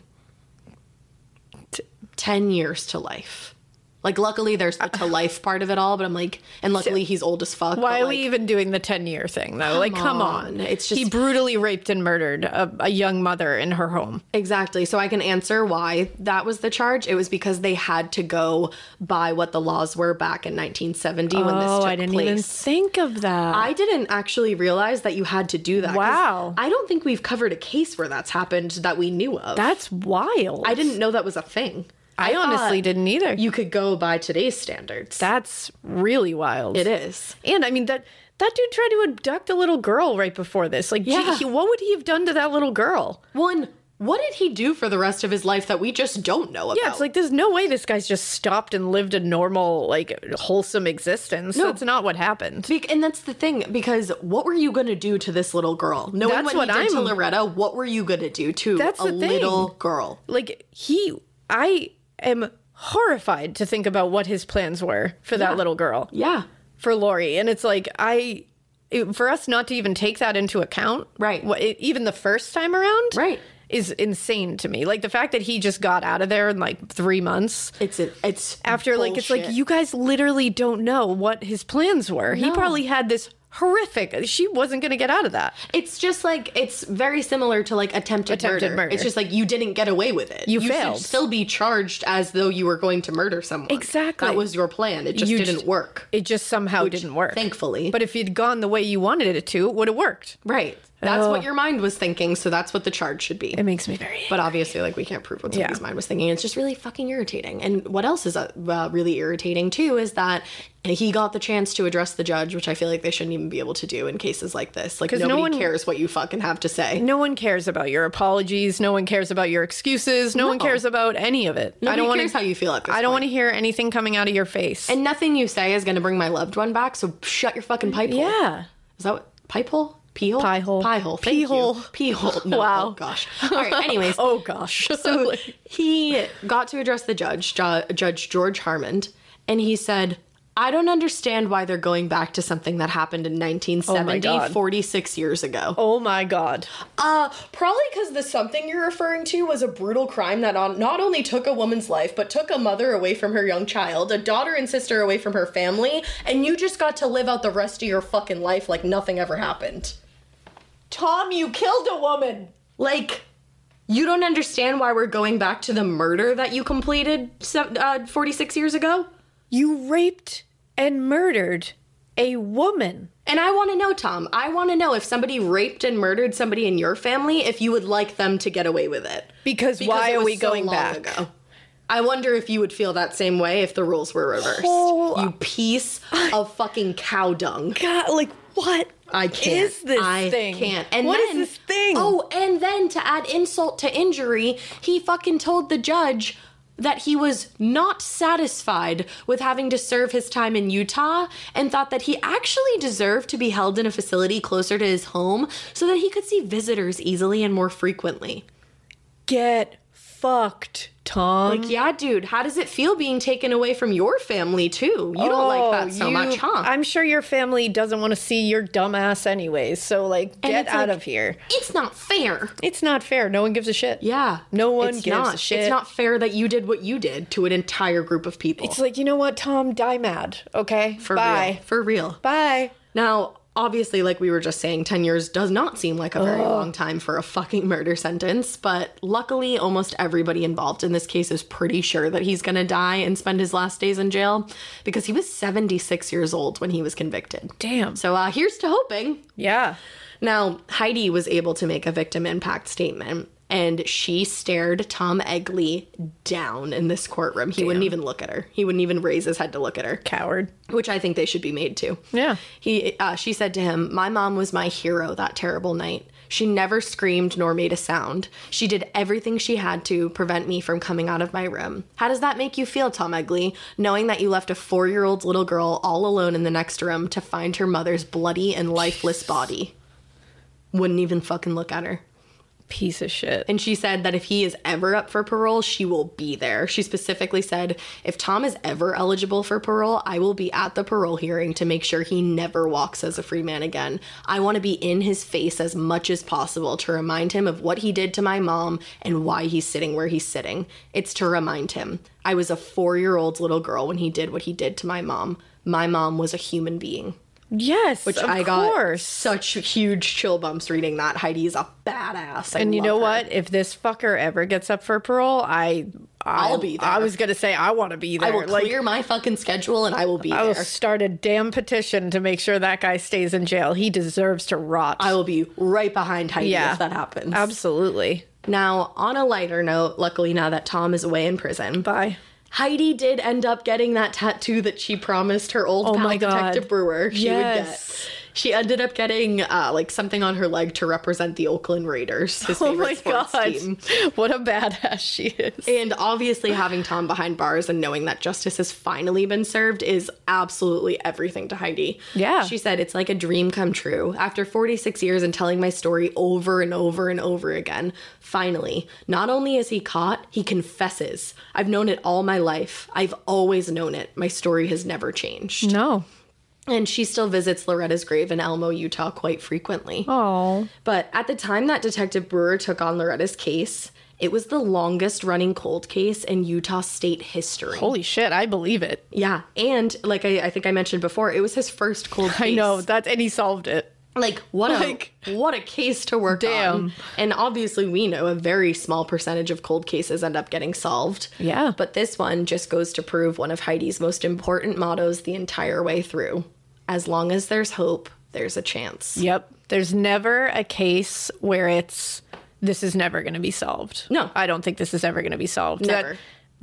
Speaker 3: 10 years to life. Like, luckily, there's the to life part of it all, but I'm like, and luckily, he's old as fuck.
Speaker 1: Why
Speaker 3: but,
Speaker 1: are we
Speaker 3: like,
Speaker 1: even doing the 10 year thing though? like, come on.
Speaker 3: on. It's
Speaker 1: he
Speaker 3: just-
Speaker 1: brutally raped and murdered a, a young mother in her home.
Speaker 3: Exactly. So I can answer why that was the charge. It was because they had to go by what the laws were back in 1970 when this
Speaker 1: oh,
Speaker 3: took
Speaker 1: I didn't
Speaker 3: place.
Speaker 1: even think of that.
Speaker 3: I didn't actually realize that you had to do that. 'cause
Speaker 1: Wow.
Speaker 3: I don't think we've covered a case where that's happened that we knew of.
Speaker 1: That's wild.
Speaker 3: I didn't know that was a thing.
Speaker 1: I, honestly
Speaker 3: thought
Speaker 1: didn't either.
Speaker 3: You could go by today's standards.
Speaker 1: That's really wild.
Speaker 3: it is.
Speaker 1: And I mean that that dude tried to abduct a little girl right before this. Like, gee,
Speaker 3: Yeah.
Speaker 1: he- what would he have done to that little girl?
Speaker 3: Well, and what did he do for the rest of his life that we just don't know about?
Speaker 1: Yeah, it's like there's no way this guy's just stopped and lived a normal, like wholesome existence.
Speaker 3: No.
Speaker 1: That's not what happened.
Speaker 3: Be- and that's the thing, because what were you going to do to this little girl? Knowing
Speaker 1: That's
Speaker 3: what,
Speaker 1: what
Speaker 3: he did to
Speaker 1: I'm-
Speaker 3: Loretta, what were you going to do to
Speaker 1: That's
Speaker 3: a
Speaker 1: the thing.
Speaker 3: little girl?
Speaker 1: like he i am horrified to think about what his plans were for that little girl
Speaker 3: Yeah.
Speaker 1: for lori and it's like i it- for us not to even take that into account
Speaker 3: Right.
Speaker 1: wha- e- even the first time around
Speaker 3: Right.
Speaker 1: is insane to me like the fact that he just got out of there in like three months
Speaker 3: It's a, it's
Speaker 1: after like it's like
Speaker 3: bullshit.
Speaker 1: you guys literally don't know what his plans were he
Speaker 3: No.
Speaker 1: probably had this horrific she wasn't going to get out of that
Speaker 3: It's just like it's very similar to like attempted,
Speaker 1: Attempted
Speaker 3: murder.
Speaker 1: murder.
Speaker 3: It's just like you didn't get away with it.
Speaker 1: You
Speaker 3: should
Speaker 1: failed.
Speaker 3: still be charged as though you were going to murder someone.
Speaker 1: Exactly.
Speaker 3: That was your plan. It just
Speaker 1: You
Speaker 3: didn't
Speaker 1: just-
Speaker 3: work.
Speaker 1: it just somehow didn't work
Speaker 3: Thankfully.
Speaker 1: but if you'd gone the way you wanted it to it would have worked
Speaker 3: right. That's what your mind was thinking, so that's what the charge should be.
Speaker 1: Oh. It makes me very.
Speaker 3: But obviously, like we can't prove what somebody's
Speaker 1: Yeah.
Speaker 3: mind was thinking. It's just really fucking irritating. And what else is uh, uh, really irritating too is that he got the chance to address the judge, which I feel like they shouldn't even be able to do in cases like this. Like
Speaker 1: 'Cause no
Speaker 3: nobody
Speaker 1: one-
Speaker 3: cares what you fucking have to say.
Speaker 1: no one cares about your apologies. No one cares about your excuses. No, one cares about any of it. I
Speaker 3: Nobody
Speaker 1: don't want
Speaker 3: cares how you feel at this
Speaker 1: I don't
Speaker 3: point.
Speaker 1: want to hear anything coming out of your face.
Speaker 3: And nothing you say is going to bring my loved one back. So shut your fucking pipe hole.
Speaker 1: yeah,
Speaker 3: Is that what pipe hole? Pee hole?
Speaker 1: Pie hole.
Speaker 3: Pie hole.
Speaker 1: Pee
Speaker 3: Thank you.
Speaker 1: hole.
Speaker 3: Pee hole. No,
Speaker 1: Wow.
Speaker 3: Oh, gosh. All right. Anyways.
Speaker 1: Oh, gosh.
Speaker 3: So he got to address the judge, Ju- Judge George Harmond, and he said, I don't understand why they're going back to something that happened in 1970,
Speaker 1: God.
Speaker 3: 46 years ago.
Speaker 1: oh my god.
Speaker 3: Uh, probably because the something you're referring to was a brutal crime that on, not only took a woman's life, but took a mother away from her young child, a daughter and sister away from her family, and you just got to live out the rest of your fucking life like nothing ever happened. Tom, you killed a woman! Like, you don't understand why we're going back to the murder that you completed se- uh, 46 years ago?
Speaker 1: You raped and murdered a woman.
Speaker 3: And I want to know, Tom, I want to know if somebody raped and murdered somebody in your family, if you would like them to get away with it.
Speaker 1: Because,
Speaker 3: Because
Speaker 1: why
Speaker 3: it
Speaker 1: are
Speaker 3: was
Speaker 1: we
Speaker 3: so
Speaker 1: going
Speaker 3: long
Speaker 1: back?
Speaker 3: ago. I wonder if you would feel that same way if the rules were reversed.
Speaker 1: Oh.
Speaker 3: You piece of fucking cow dung.
Speaker 1: God, like what?
Speaker 3: I can't.
Speaker 1: Is this
Speaker 3: I
Speaker 1: thing?
Speaker 3: can't. And
Speaker 1: What is
Speaker 3: then,
Speaker 1: this thing?
Speaker 3: Oh, and then to add insult to injury, he fucking told the judge that he was not satisfied with having to serve his time in Utah and thought that he actually deserved to be held in a facility closer to his home so that he could see visitors easily and more frequently.
Speaker 1: Get fucked, Tom.
Speaker 3: Like, yeah, dude, how does it feel being taken away from your family too? You don't like that so
Speaker 1: Oh, you-
Speaker 3: much, huh?
Speaker 1: I'm sure your family doesn't want to see your dumbass anyways. So like, get
Speaker 3: it's
Speaker 1: out
Speaker 3: like-
Speaker 1: of here.
Speaker 3: it's not fair.
Speaker 1: It's not fair. No one gives a shit.
Speaker 3: Yeah.
Speaker 1: No one
Speaker 3: it's
Speaker 1: gives
Speaker 3: not,
Speaker 1: a shit.
Speaker 3: It's not fair that you did what you did to an entire group of people.
Speaker 1: It's like, you know what, Tom? Die mad. Okay.
Speaker 3: for
Speaker 1: Bye.
Speaker 3: real. For real.
Speaker 1: Bye.
Speaker 3: Now, obviously, like we were just saying, 10 years does not seem like a very long time for a fucking murder sentence, but luckily, almost everybody involved in this case is pretty sure that he's gonna die and spend his last days in jail because he was 76 years old when he was convicted.
Speaker 1: Damn.
Speaker 3: So uh, here's to hoping.
Speaker 1: Yeah.
Speaker 3: Now, Heidi was able to make a victim impact statement. And she stared Tom Egley down in this courtroom. He wouldn't even look at her. He wouldn't even raise his head to look at her
Speaker 1: Coward.
Speaker 3: which I think they should be made to.
Speaker 1: Yeah.
Speaker 3: He, uh, she said to him, "My mom was my hero that terrible night. She never screamed nor made a sound. She did everything she had to prevent me from coming out of my room. How does that make you feel, Tom Egley, knowing that you left a four-year-old little girl all alone in the next room to find her mother's bloody and lifeless body? Wouldn't even fucking look at her."
Speaker 1: Piece of shit.
Speaker 3: And she said that if he is ever up for parole, she will be there. She specifically said, if Tom is ever eligible for parole, I will be at the parole hearing to make sure he never walks as a free man again. I want to be in his face as much as possible to remind him of what he did to my mom and why he's sitting where he's sitting. It's to remind him. I was a four year old little girl when he did what he did to my mom. My mom was a human being.
Speaker 1: yes.
Speaker 3: Which
Speaker 1: of
Speaker 3: I got
Speaker 1: course.
Speaker 3: such huge chill bumps reading that. Heidi is a badass. I
Speaker 1: and you
Speaker 3: love
Speaker 1: know
Speaker 3: her.
Speaker 1: what? If this fucker ever gets up for parole, I, I
Speaker 3: I'll be there.
Speaker 1: I was gonna say I want to be there.
Speaker 3: I will
Speaker 1: like,
Speaker 3: clear my fucking schedule and I will be
Speaker 1: I will
Speaker 3: there.
Speaker 1: start a damn petition to make sure that guy stays in jail. He deserves to rot.
Speaker 3: I will be right behind Heidi
Speaker 1: Yeah.
Speaker 3: if that happens.
Speaker 1: Absolutely.
Speaker 3: now, on a lighter note, luckily now that Tom is away in prison,
Speaker 1: Bye.
Speaker 3: Heidi did end up getting that tattoo that she promised her old
Speaker 1: Oh
Speaker 3: pal,
Speaker 1: my God.
Speaker 3: Detective Brewer she
Speaker 1: Yes.
Speaker 3: would get. She ended up getting uh, like something on her leg to represent the Oakland Raiders, his
Speaker 1: Oh
Speaker 3: favorite
Speaker 1: my
Speaker 3: sports
Speaker 1: god.
Speaker 3: team.
Speaker 1: What a badass she is.
Speaker 3: And obviously, having Tom behind bars and knowing that justice has finally been served is absolutely everything to Heidi.
Speaker 1: Yeah.
Speaker 3: She said, It's like a dream come true. After 46 years and telling my story over and over and over again, finally, not only is he caught, he confesses. I've known it all my life. I've always known it. My story has never changed.
Speaker 1: no.
Speaker 3: And she still visits Loretta's grave in Elmo, Utah quite frequently.
Speaker 1: Oh.
Speaker 3: But at the time that Detective Brewer took on Loretta's case, it was the longest running cold case in Utah state history.
Speaker 1: Holy shit, I believe it.
Speaker 3: Yeah. And like I, I think I mentioned before, it was his first cold case.
Speaker 1: I know that and he solved it.
Speaker 3: Like what
Speaker 1: Like-
Speaker 3: a what a case to work on.
Speaker 1: Damn.
Speaker 3: And obviously we know a very small percentage of cold cases end up getting solved.
Speaker 1: Yeah.
Speaker 3: But this one just goes to prove one of Heidi's most important mottos the entire way through. As long as there's hope, there's a chance.
Speaker 1: Yep. There's never a case where it's this is never going to be solved.
Speaker 3: No.
Speaker 1: I don't think this is ever going to be solved.
Speaker 3: Never.
Speaker 1: That-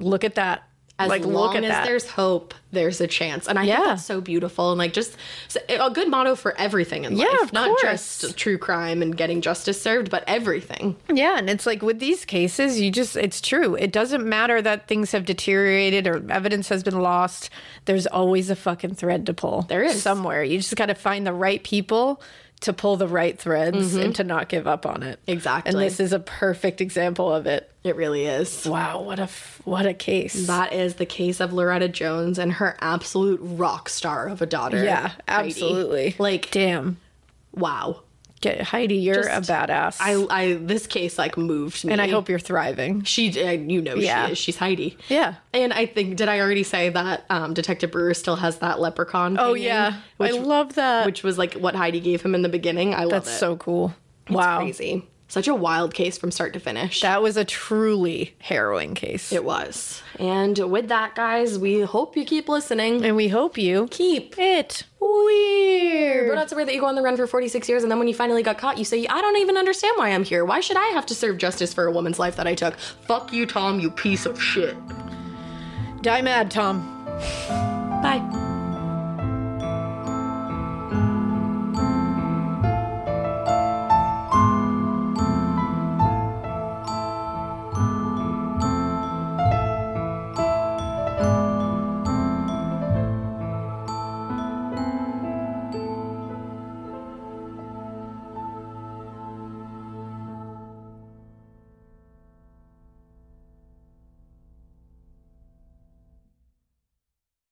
Speaker 1: look at that.
Speaker 3: as
Speaker 1: like look
Speaker 3: long
Speaker 1: at
Speaker 3: as
Speaker 1: that.
Speaker 3: there's hope, there's a chance. And I
Speaker 1: Yeah.
Speaker 3: think that's so beautiful and like just so, a good motto for everything in
Speaker 1: Yeah,
Speaker 3: life,
Speaker 1: of
Speaker 3: not
Speaker 1: course.
Speaker 3: just true crime and getting justice served, but everything.
Speaker 1: Yeah, and it's like with these cases, you just, it's true. It doesn't matter that things have deteriorated or evidence has been lost. There's always a fucking thread to pull.
Speaker 3: There is.
Speaker 1: Somewhere. You just got to find the right people to pull the right threads and to not give up on it.
Speaker 3: Exactly.
Speaker 1: And this is a perfect example of it.
Speaker 3: It really is.
Speaker 1: Wow, what a f- what a case.
Speaker 3: That is the case of Loretta Jones and her absolute rock star of a daughter.
Speaker 1: yeah,
Speaker 3: Heidi.
Speaker 1: absolutely.
Speaker 3: Like
Speaker 1: damn.
Speaker 3: wow.
Speaker 1: Get, Heidi, you're
Speaker 3: Just-
Speaker 1: a badass.
Speaker 3: I I this case like moved me.
Speaker 1: and I hope you're thriving.
Speaker 3: she uh, you know
Speaker 1: Yeah.
Speaker 3: she is. She's Heidi.
Speaker 1: Yeah.
Speaker 3: And I think did I already say that um, Detective Brewer still has that leprechaun?
Speaker 1: Oh
Speaker 3: hanging,
Speaker 1: yeah.
Speaker 3: which
Speaker 1: I love that.
Speaker 3: which was like what Heidi gave him in the beginning. I love
Speaker 1: That's
Speaker 3: it.
Speaker 1: so cool. wow.
Speaker 3: crazy. Such a wild case from start to finish.
Speaker 1: That was a truly harrowing case.
Speaker 3: it was. And with that, guys, we hope you keep listening.
Speaker 1: and we hope you
Speaker 3: Keep
Speaker 1: it weird.
Speaker 3: We're not aware that you go on the run for 46 years and then when you finally got caught, you say, I don't even understand why I'm here. Why should I have to serve justice for a woman's life that I took? Fuck you, Tom, you piece of shit.
Speaker 1: Die mad, Tom.
Speaker 3: Bye.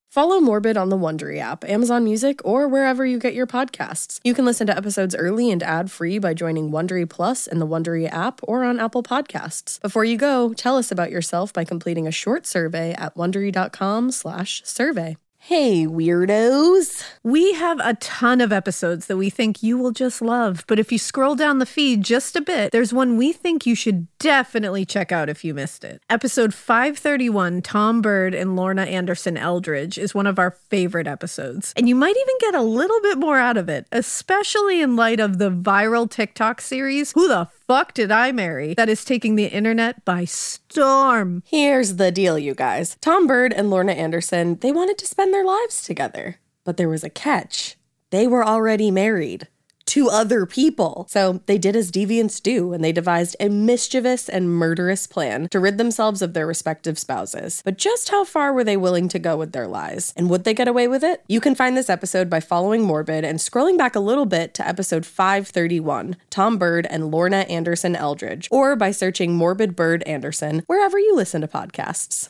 Speaker 2: Follow Morbid on the Wondery app, Amazon Music, or wherever you get your podcasts. You can listen to episodes early and ad-free by joining Wondery Plus in the Wondery app or on Apple Podcasts. Before you go, tell us about yourself by completing a short survey at wondery.com/survey. Hey, weirdos!
Speaker 1: We have a ton of episodes that we think you will just love, but if you scroll down the feed just a bit, there's one we think you should definitely check out if you missed it. Episode 531, Tom Bird and Lorna Anderson Eldridge, is one of our favorite episodes. And you might even get a little bit more out of it, especially in light of the viral TikTok series, Who the Fuck Did I Marry? that is taking the internet by storm.
Speaker 2: Here's the deal, you guys. Tom Bird and Lorna Anderson, they wanted to spend their lives together. But there was a catch. They were already married to other people. So they did as deviants do, and they devised a mischievous and murderous plan to rid themselves of their respective spouses. But just how far were they willing to go with their lies? And would they get away with it? You can find this episode by following Morbid and scrolling back a little bit to episode 531, Tom Bird and Lorna Anderson Eldridge, or by searching Morbid Bird Anderson wherever you listen to podcasts.